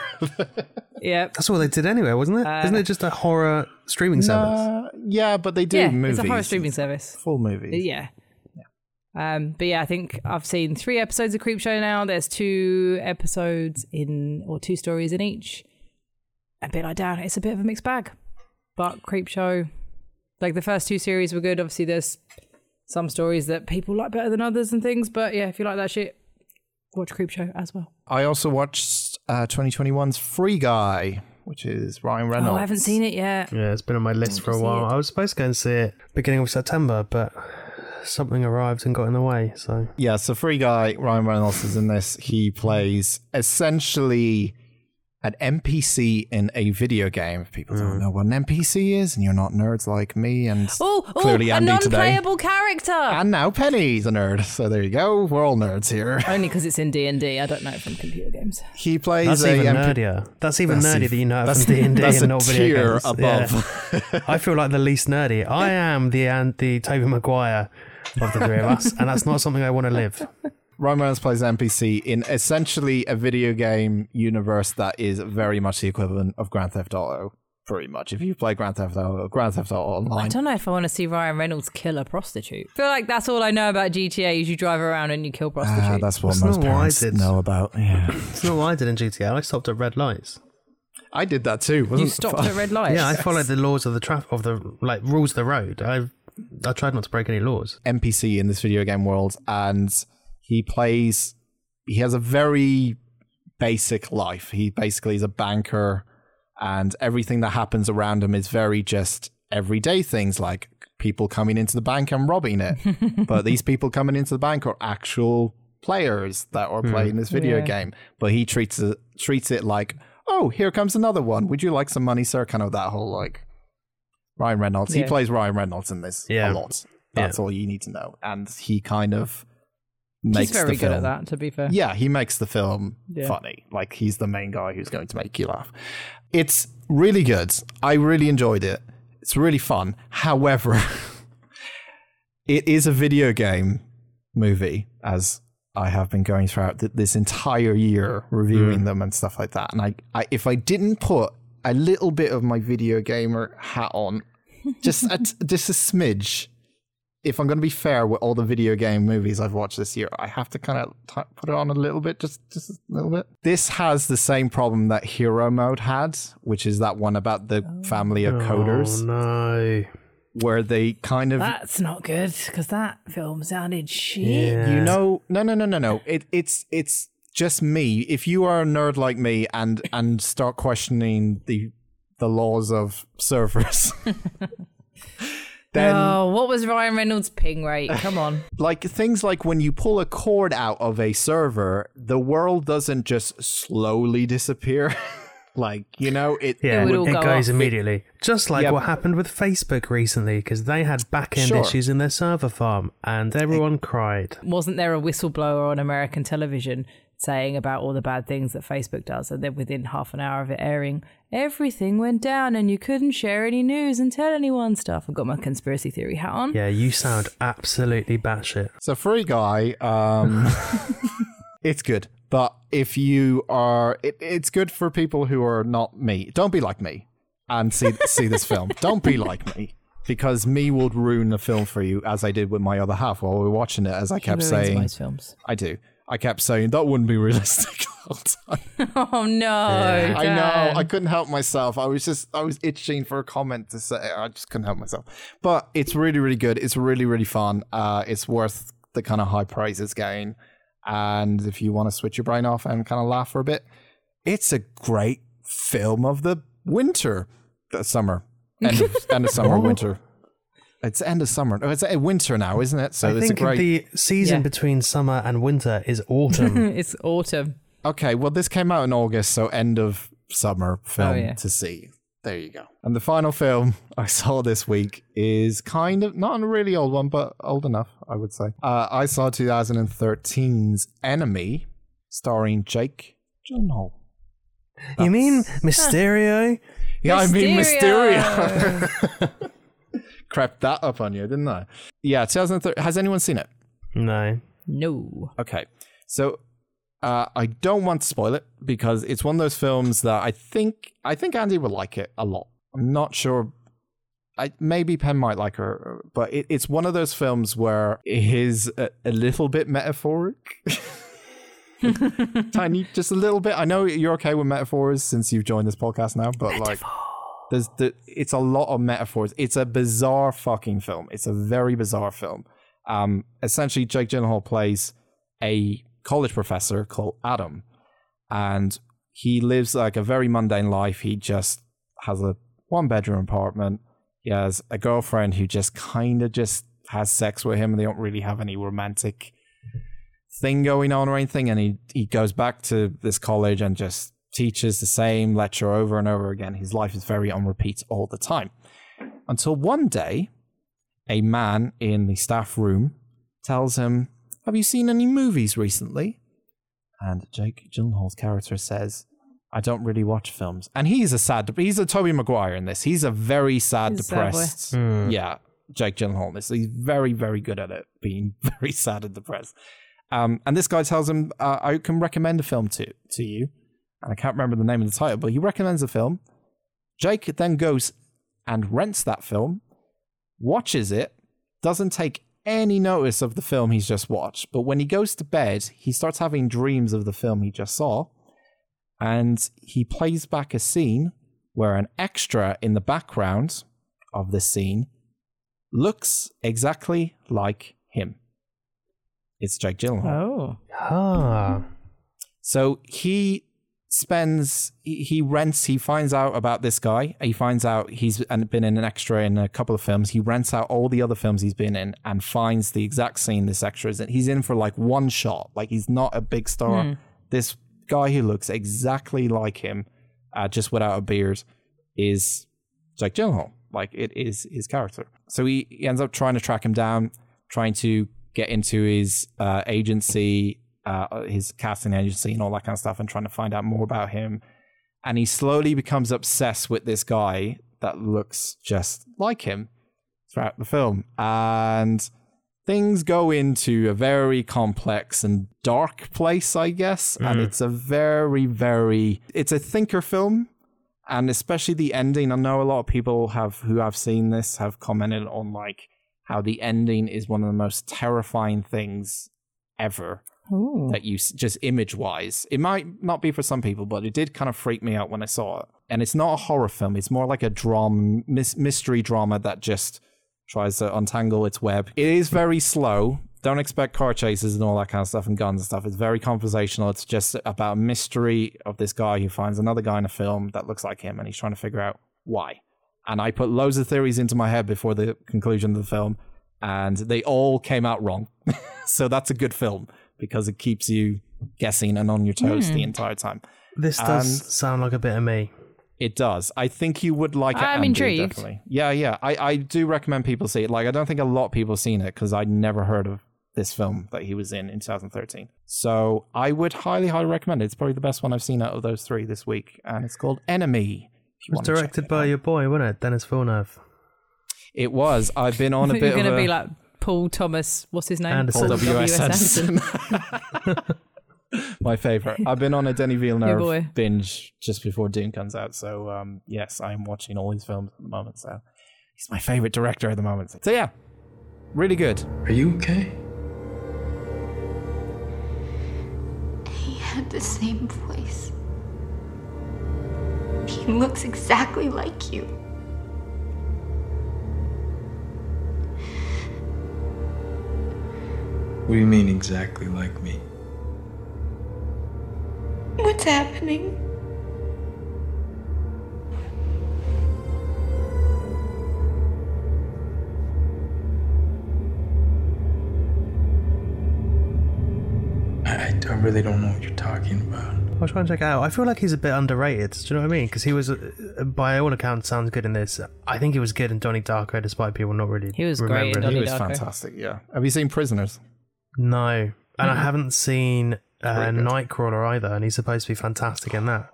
Yep.
That's what they did anyway, wasn't it? Isn't
Uh,
it just a horror streaming service?
Uh, yeah, but they do
yeah,
movies.
it's a horror streaming service.
Full movies.
Yeah. Um, but yeah, I think I've seen three episodes of Creep Show now. There's two episodes in, or two stories in each. A bit like down. It's a bit of a mixed bag. But Creep Show, like the first two series were good. Obviously, there's some stories that people like better than others and things. But yeah, if you like that shit, watch Creep Show as well.
I also watched uh, 2021's Free Guy, which is Ryan Reynolds.
Oh, I haven't seen it yet.
Yeah, it's been on my list for a
see
while.
it.
I was supposed to go and see it beginning of September, but something arrived and got in the way. So
Yeah, so Free Guy, Ryan Reynolds is in this. He plays essentially an NPC in a video game. If people
Mm.
don't know what an NPC is, and you're not nerds like me, and
Oh, oh
clearly
a
Andy
non
today.
playable character.
And now Penny's a nerd. So there you go. We're all nerds here.
Only because it's in D&D. I don't know from computer games.
He plays
that's
a
even
MP
nerdier. That's even nerdier
That's ev-
that you know it
that's-
from D and D
that's a
and not video
tier
games. Yeah.
above.
I feel like the least nerdy. I am the and the Toby Maguire of the three of us, and that's not something I want to live.
Ryan Reynolds plays an NPC in essentially a video game universe that is very much the equivalent of Grand Theft Auto. Pretty much. If you play Grand Theft Auto, Grand Theft Auto Online,
I don't know if I want to see Ryan Reynolds kill a prostitute. I feel like that's all I know about GTA is you drive around and you kill
Ah,
prostitutes.
that's what
That's
most
not what I
parents
did.
know about. Yeah,
It's not what I did in GTA. I stopped at red lights.
I did that too. Wasn't
you
it
stopped
fun?
at red lights.
Yeah, I followed the laws of the traf- of the like rules of the road. I I tried not to break any laws.
NPC in this video game world, and he plays. He has a very basic life. He basically is a banker and everything that happens around him is very just everyday things like people coming into the bank and robbing it. but these people coming into the bank are actual players that are playing this video
Yeah.
game. But he treats it, treats it like, oh, here comes another one. Would you like some money, sir? Kind of that whole like Ryan Reynolds. He
Yeah.
plays Ryan Reynolds in this
Yeah.
a lot. That's all you need to know. And he kind of
He's
makes
very
the
good
film.
at that, to be fair.
Yeah, he makes the film
Yeah.
funny. Like he's the main guy who's going to make you laugh. It's really good. I really enjoyed it. It's really fun. However, it is a video game movie, as I have been going throughout th- this entire year
Mm.
reviewing them and stuff like that. And I, I, if I didn't put a little bit of my video gamer hat on, just a, t- just a smidge. If I'm going to be fair with all the video game movies I've watched this year, I have to kind of t- put it on a little bit, just just a little bit. This has the same problem that Hero Mode had, which is that one about the family of coders,
Oh no.
where they kind of
That's not good because that film sounded shit.
Yeah.
You know, no, no, no, no, no. It, it's it's just me. If you are a nerd like me and and start questioning the the laws of servers, then
Oh, what was Ryan Reynolds' ping rate? Come on.
like things like when you pull a cord out of a server, the world doesn't just slowly disappear. like you know, it
Yeah,
It
it,
would all go
goes
off.
immediately. Just like
Yeah.
what happened with Facebook recently, because they had back end
Sure.
issues in their server farm and everyone cried.
Wasn't there a whistleblower on American television saying about all the bad things that Facebook does? And then within half an hour of it airing, everything went down and you couldn't share any news and tell anyone stuff. I've got my conspiracy theory hat on.
Yeah, you sound absolutely batshit.
So free guy, um, it's good, but if you are, it, it's good for people who are not me. Don't be like me and see see this film. Don't be like me because me would ruin the film for you, as I did with my other half while we were watching it. As I kept
Ruins
saying,
most films.
I do. I kept saying that wouldn't be realistic. the whole time.
Oh no!
I know. I couldn't help myself. I was just, I was itching for a comment to say. I just couldn't help myself. But it's really, really good. It's really, really fun. Uh, it's worth the kind of high price it's getting. And if you want to switch your brain off and kind of laugh for a bit, it's a great film of the winter, the summer, end of, end of
Oh.
summer, winter. It's end of summer. Oh, it's uh, winter now, isn't it? So
I
it's
think
a great.
the season
Yeah.
between summer and winter is autumn.
it's autumn.
Okay, well, this came out in August, so end of summer film
Oh, yeah.
to see. There you go. And the final film I saw this week is kind of not a really old one, but old enough, I would say. Uh, I saw 2013's Enemy, starring Jake Gyllenhaal.
you mean Mysterio?
Yeah, I mean
Mysterio.
Mysterio. Crept that up on you, didn't I? Yeah, 2013. Has anyone seen it?
no.
No.
Okay. So uh, I don't want to spoil it because it's one of those films that I think I think Andy would like it a lot. I'm not sure. I, maybe Penn might like her, but it, it's one of those films where it is a, a little bit metaphoric. Tiny, just a little bit. I know you're okay with metaphors since you've joined this podcast now, but like, there's the, it's a lot of metaphors. It's a bizarre fucking film. It's a very bizarre film. Um, essentially, Jake Gyllenhaal plays a college professor called Adam, and he lives like a very mundane life. He just has a one bedroom apartment. He has a girlfriend who just kind of just has sex with him, and they don't really have any romantic thing going on or anything. And he he goes back to this college and just teaches the same lecture over and over again. His life is very on repeat all the time, until one day, a man in the staff room tells him, "Have you seen any movies recently?" And Jake Gyllenhaal's character says, "I don't really watch films." And he's a sad. He's a Toby Maguire in this. He's a very sad,
He's a sad boy.
depressed. Yeah, Jake Gyllenhaal. in This he's very, very good at it, being very sad and depressed. Um, and this guy tells him, uh, "I can recommend a film to to you." And I can't remember the name of the title, but he recommends a film. Jake then goes and rents that film, watches it, doesn't take any notice of the film he's just watched. But when he goes to bed, he starts having dreams of the film he just saw. And he plays back a scene where an extra in the background of the scene looks exactly like him. Oh. It's Jake Gyllenhaal.
Oh.
Ah.
So he spends he he rents he finds out about this guy he finds out he's an- been in an extra in a couple of films he rents out all the other films he's been in and finds the exact scene this extra is in he's in for like one shot like he's not a big star this guy who looks exactly like him uh, just without a beard is Jake Gyllenhaal like it is his character so he, he ends up trying to track him down trying to get into his uh, agency, uh, his casting agency, and all that kind of stuff, and trying to find out more about him. And he slowly becomes obsessed with this guy that looks just like him throughout the film. And things go into a very complex and dark place, I guess. And it's a very, very, it's a thinker film and especially the ending. I know a lot of people have who have seen this have commented on like how the ending is one of the most terrifying things ever
Ooh.
that you s- just image wise. It might not be for some people, but it did kind of freak me out when I saw it. And it's not a horror film; it's more like a drama, mis- mystery drama that just tries to untangle its web. It is very slow. Don't expect car chases and all that kind of stuff and guns and stuff. It's very conversational. It's just about a mystery of this guy who finds another guy in a film that looks like him and he's trying to figure out why. And I put loads of theories into my head before the conclusion of the film, and they all came out wrong. so that's a good film because it keeps you guessing and on your toes
Hmm.
the entire time.
This does sound like a bit of me.
It does. I think you would like it.
I'm
Andy,
intrigued.
Definitely. Yeah, yeah. I, I do recommend people see it. Like, I don't think a lot of people have seen it because I'd never heard of this film that he was in in 2013. So I would highly, highly recommend it. It's probably the best one I've seen out of those three this week. And it's called Enemy. if you
It was
wanna check
directed
it
by
out.
your boy, wasn't it? Dennis Villeneuve.
It was. I've been on a
You're
bit
going
of
to
a...
be like Paul Thomas, what's his name?
Anderson.
Paul
Paul
W.S. Anderson. My favorite. I've been on a Denny
Your
Villeneuve
boy.
binge just before Dune comes out, so um, yes, I'm watching all these films at the moment. So he's my favorite director at the moment. So yeah, really good.
Are you okay?
He had the same voice. He looks exactly like you.
What do you mean exactly like me?
What's happening?
I, I really don't know what you're talking about.
I'll try and check it out. I feel like he's a bit underrated. Do you know what I mean? Because he was, uh, by all accounts, sounds good in this. I think he was good in Johnny Darko, despite people not really.
He was great in
remembering
Donnie
It
him.
was
Darko.
fantastic. Yeah. Have you seen Prisoners?
No, and I
Hmm.
haven't seen uh, Nightcrawler either, and he's supposed to be fantastic in that.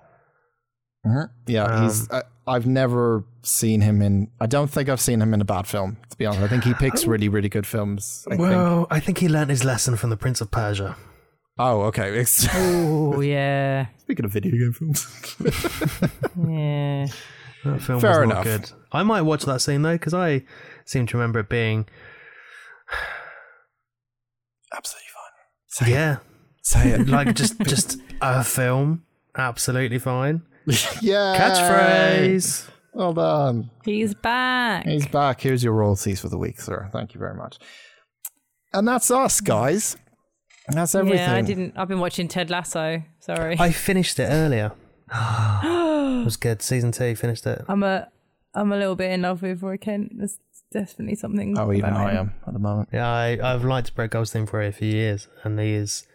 Yeah, he's. I, I've never seen him in. I don't think I've seen him in a bad film. To be honest, I think he picks really, really good films. I think.
well, I think he learned his lesson from the Prince of Persia.
Oh, okay. Speaking
Oh, yeah.
of video game films.
Yeah.
That film
Fair
was
enough.
not good. I might watch that scene though, because I seem to remember it being
Absolutely fine.
yeah,
Say it.
like just just a film, absolutely fine.
yeah.
Catchphrase.
Well done.
He's back.
He's back. Here's your royalties for the week, sir. Thank you very much. And that's us, guys. That's everything.
Yeah, I didn't. I've been watching Ted Lasso. Sorry.
I finished it earlier. it was good. Season two finished it.
I'm a I'm a little bit in love with Roy Kent. There's definitely something.
Oh, even
about
I
him.
am at the moment.
Yeah, I, I've liked Brett Goldstein for a few years, and he is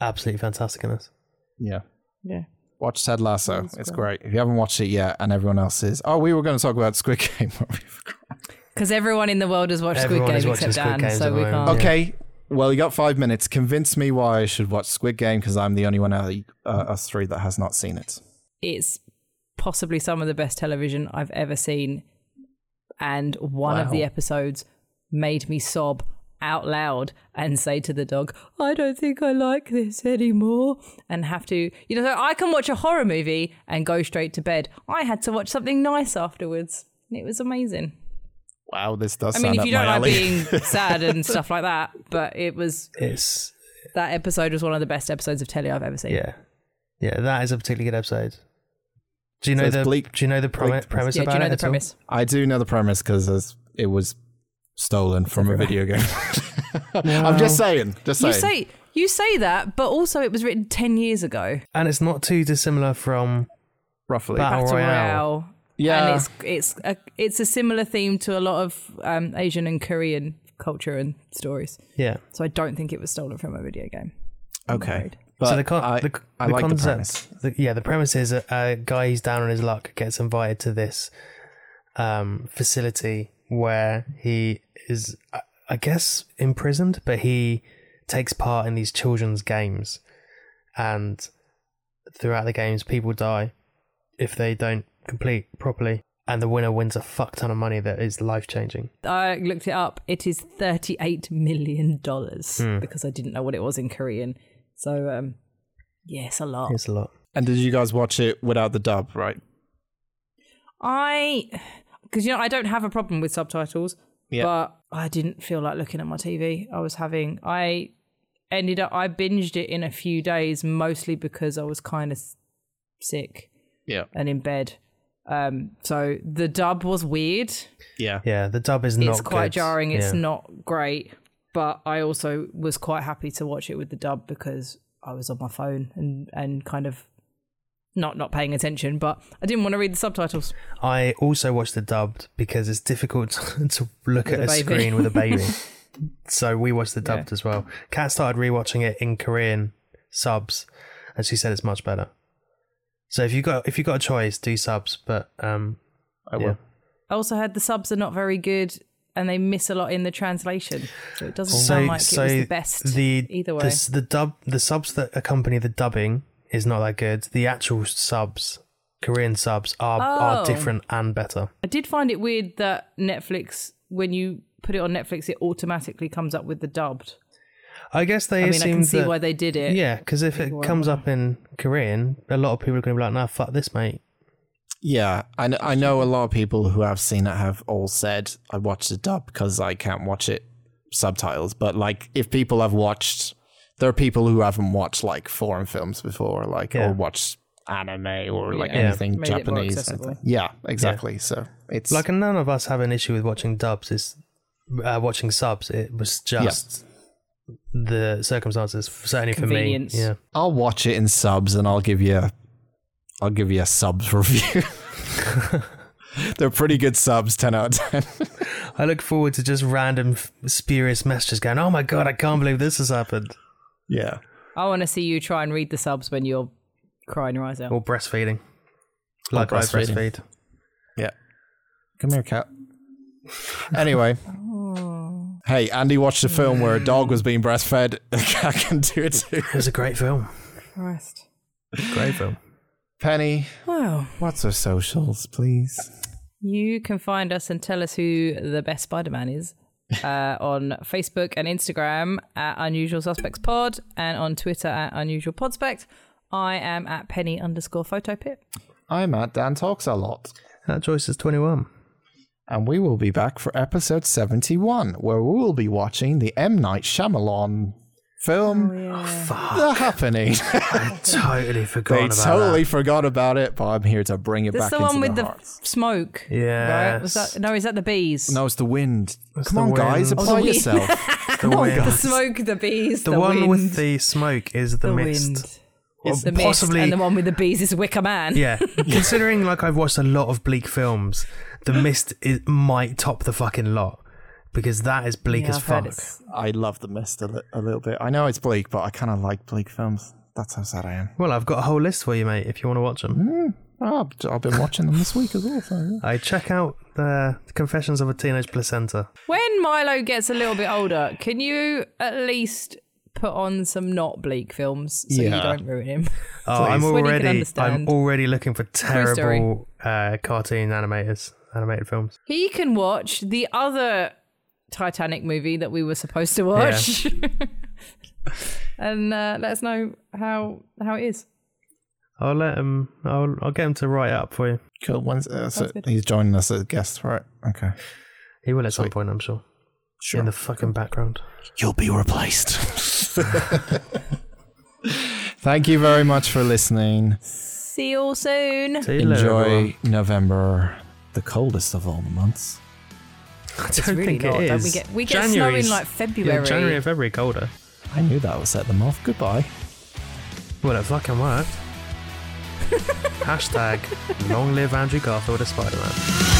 absolutely fantastic in this.
Yeah.
Yeah.
Watch Ted Lasso. It's great. If you haven't watched it yet, and everyone else is, oh, we were going to talk about Squid Game.
Because everyone in the world has watched
Everyone
Squid
is
Game
watching
except
Squid
Dan,
Games at
so
the
we
moment.
can't.
okay. Well, you got five minutes. Convince me why I should watch Squid Game because I'm the only one out of uh, us three that has not seen it.
It's possibly some of the best television I've ever seen, and one of
Wow.
the episodes made me sob out loud and say to the dog, "I don't think I like this anymore," and have to, you know, so I can watch a horror movie and go straight to bed. I had to watch something nice afterwards. and It was amazing.
Wow, this does.
I mean,
sound
if
up
you
my
don't like
alley.
being sad and stuff like that, but it was
It's
that episode was one of the best episodes of telly I've ever seen.
yeah, yeah. That is a particularly good episode. Do you
So
know
it's
the
bleak-
Do you know the premi-
bleak-
premise
Yeah,
about
do you know
it
the
at all?
premise?
I do know the premise because it was stolen from a video game. I'm just saying. Just
You
saying.
say You say that, but also it was written 10 years ago.
and it's not too dissimilar from
roughly.
Battle,
Battle
Royale.
Royale.
Yeah.
And it's it's a, it's a similar theme to a lot of um, Asian and Korean culture and stories.
Yeah.
So I don't think it was stolen from a video game.
okay.
so
But
the, con-
I,
the, the
I like the premise.
concept, the yeah, the premise is a, a guy who's down on his luck gets invited to this um, facility where he is, I- I guess, imprisoned, but he takes part in these children's games, and throughout the games, people die if they don't complete properly, and the winner wins a fuck ton of money that is life changing.
I looked it up. It is $38 million because I didn't know what it was in Korean. So, um, yes, a lot.
It's a lot.
And did you guys watch it without the dub, right?
I, because you know, I don't have a problem with subtitles,
Yeah.
but I didn't feel like looking at my TV. I was having, I ended up, I binged it in a few days, mostly because I was kind of sick
Yeah.
and in bed. Um, so the dub was weird.
Yeah.
Yeah, the dub is not.
it's quite
good.
jarring. It's
Yeah.
not great, but I also was quite happy to watch it with the dub because I was on my phone and and kind of not not paying attention, but I didn't want to read the subtitles.
I also watched the dubbed because it's difficult to look at
a
a
baby.
screen with a baby. so we watched the dubbed as well. Kat started rewatching it in Korean subs, and she said it's much better. So if you got if you got a choice, do subs. But um,
I will.
yeah.
I also heard the subs are not very good and they miss a lot in the translation. So it doesn't
so
sound like
so
it was the best
the-
either way.
the, s- the dub the subs that accompany the dubbing is not that good. The actual subs, Korean subs, are
Oh.
are different and better.
I did find it weird that Netflix when you put it on Netflix it automatically comes up with the dubbed.
I guess they
I mean I
assumed
can see
that,
why they did it.
Yeah, because if it comes up in Korean, a lot of people are going to be like, "Nah, fuck this, mate."
Yeah, I, kn- I know a lot of people who have seen it have all said I watched the dub because I can't watch it subtitles. But like, if people have watched, there are people who haven't watched like foreign films before, like
Yeah.
or watched anime or like
Yeah.
anything
Made it more
Japanese.
accessible.
anything. Yeah, exactly. So it's
Like, and none of us have an issue with watching dubs. Is uh, watching subs. It was just the circumstances, certainly for me.
Convenience.
Yeah,
I'll watch it in subs and I'll give you a, I'll give you a subs review. They're pretty good subs, ten out of ten.
I look forward to just random f- spurious messages going, "Oh my god, I can't believe this has happened,"
yeah.
I want to see you try and read the subs when you're crying your eyes out.
or breastfeeding. Like I
breastfeeding.
breastfeed.
Yeah. Come here, cat. Anyway. Hey, Andy watched a film where a dog was being breastfed. A cat can do it too.
It was a great film.
Christ.
Great film.
Penny,
Well,
what's our socials, please?
you can find us and tell us who the best Spider-Man is uh, on Facebook and Instagram at Unusual Suspects Pod and on Twitter at Unusual Podspect. I am at Penny underscore photo pit.
I'm at Dan Talks a lot.
That choice is twenty-one.
And we will be back for episode 71, where we will be watching the M. Night Shyamalan film
Oh,
The Happening.
Totally forgot
Oh, they
about
totally
that.
forgot about it, but I'm here to bring it
That's
back
the
into
one with
their
the
hearts.
smoke. Right? Was
Yes.
that, no, is that the bees?
No, it's the wind. Come
the
on, guys,
wind. Oh,
the
apply
wind.
yourself. Oh
The wind.
The smoke, the bees, the,
The one
wind,
with the smoke is the,
the
mist.
wind.
Or
It's the
possibly-
mist, and the one with the bees is Wicker Man.
Yeah, considering like I've watched a lot of bleak films, The Mist is, might top the fucking lot because that is bleak
Yeah,
as
I've heard
fuck.
it's-
I love The Mist a, li- a little bit. I know it's bleak, but I kind of like bleak films. That's how sad I am.
Well, I've got a whole list for you, mate. If you want to watch them,
Oh, I've, I've been watching them this week as well. So yeah.
I check out the Confessions of a Teenage Placenta.
When Milo gets a little bit older, can you at least put on some not bleak films so you
Yeah.
don't ruin him?
Oh, I'm
When you can
already, I'm
understand.
already looking for
story.
terrible uh, cartoon animators, animated films.
He can watch the other Titanic movie that we were supposed to watch. and uh, let us know how how it is.
I'll let him. I'll, I'll get him to write it up for you.
Cool. When's, uh, so he's joining us as a guest, right? Okay.
He will at some point, I'm sure.
Sure.
In the fucking background.
You'll be replaced. Thank you very much for listening.
See you all soon.
See you later, everyone.
Enjoy November, the coldest of all the months.
I don't
really
think
not.
it
Don't
is.
we get- we get snow in,
January's-
like,
yeah,
February.
January and February colder.
I knew that would set them off. Goodbye.
Well, it fucking worked. Hashtag long live Andrew Garfield as Spider Man.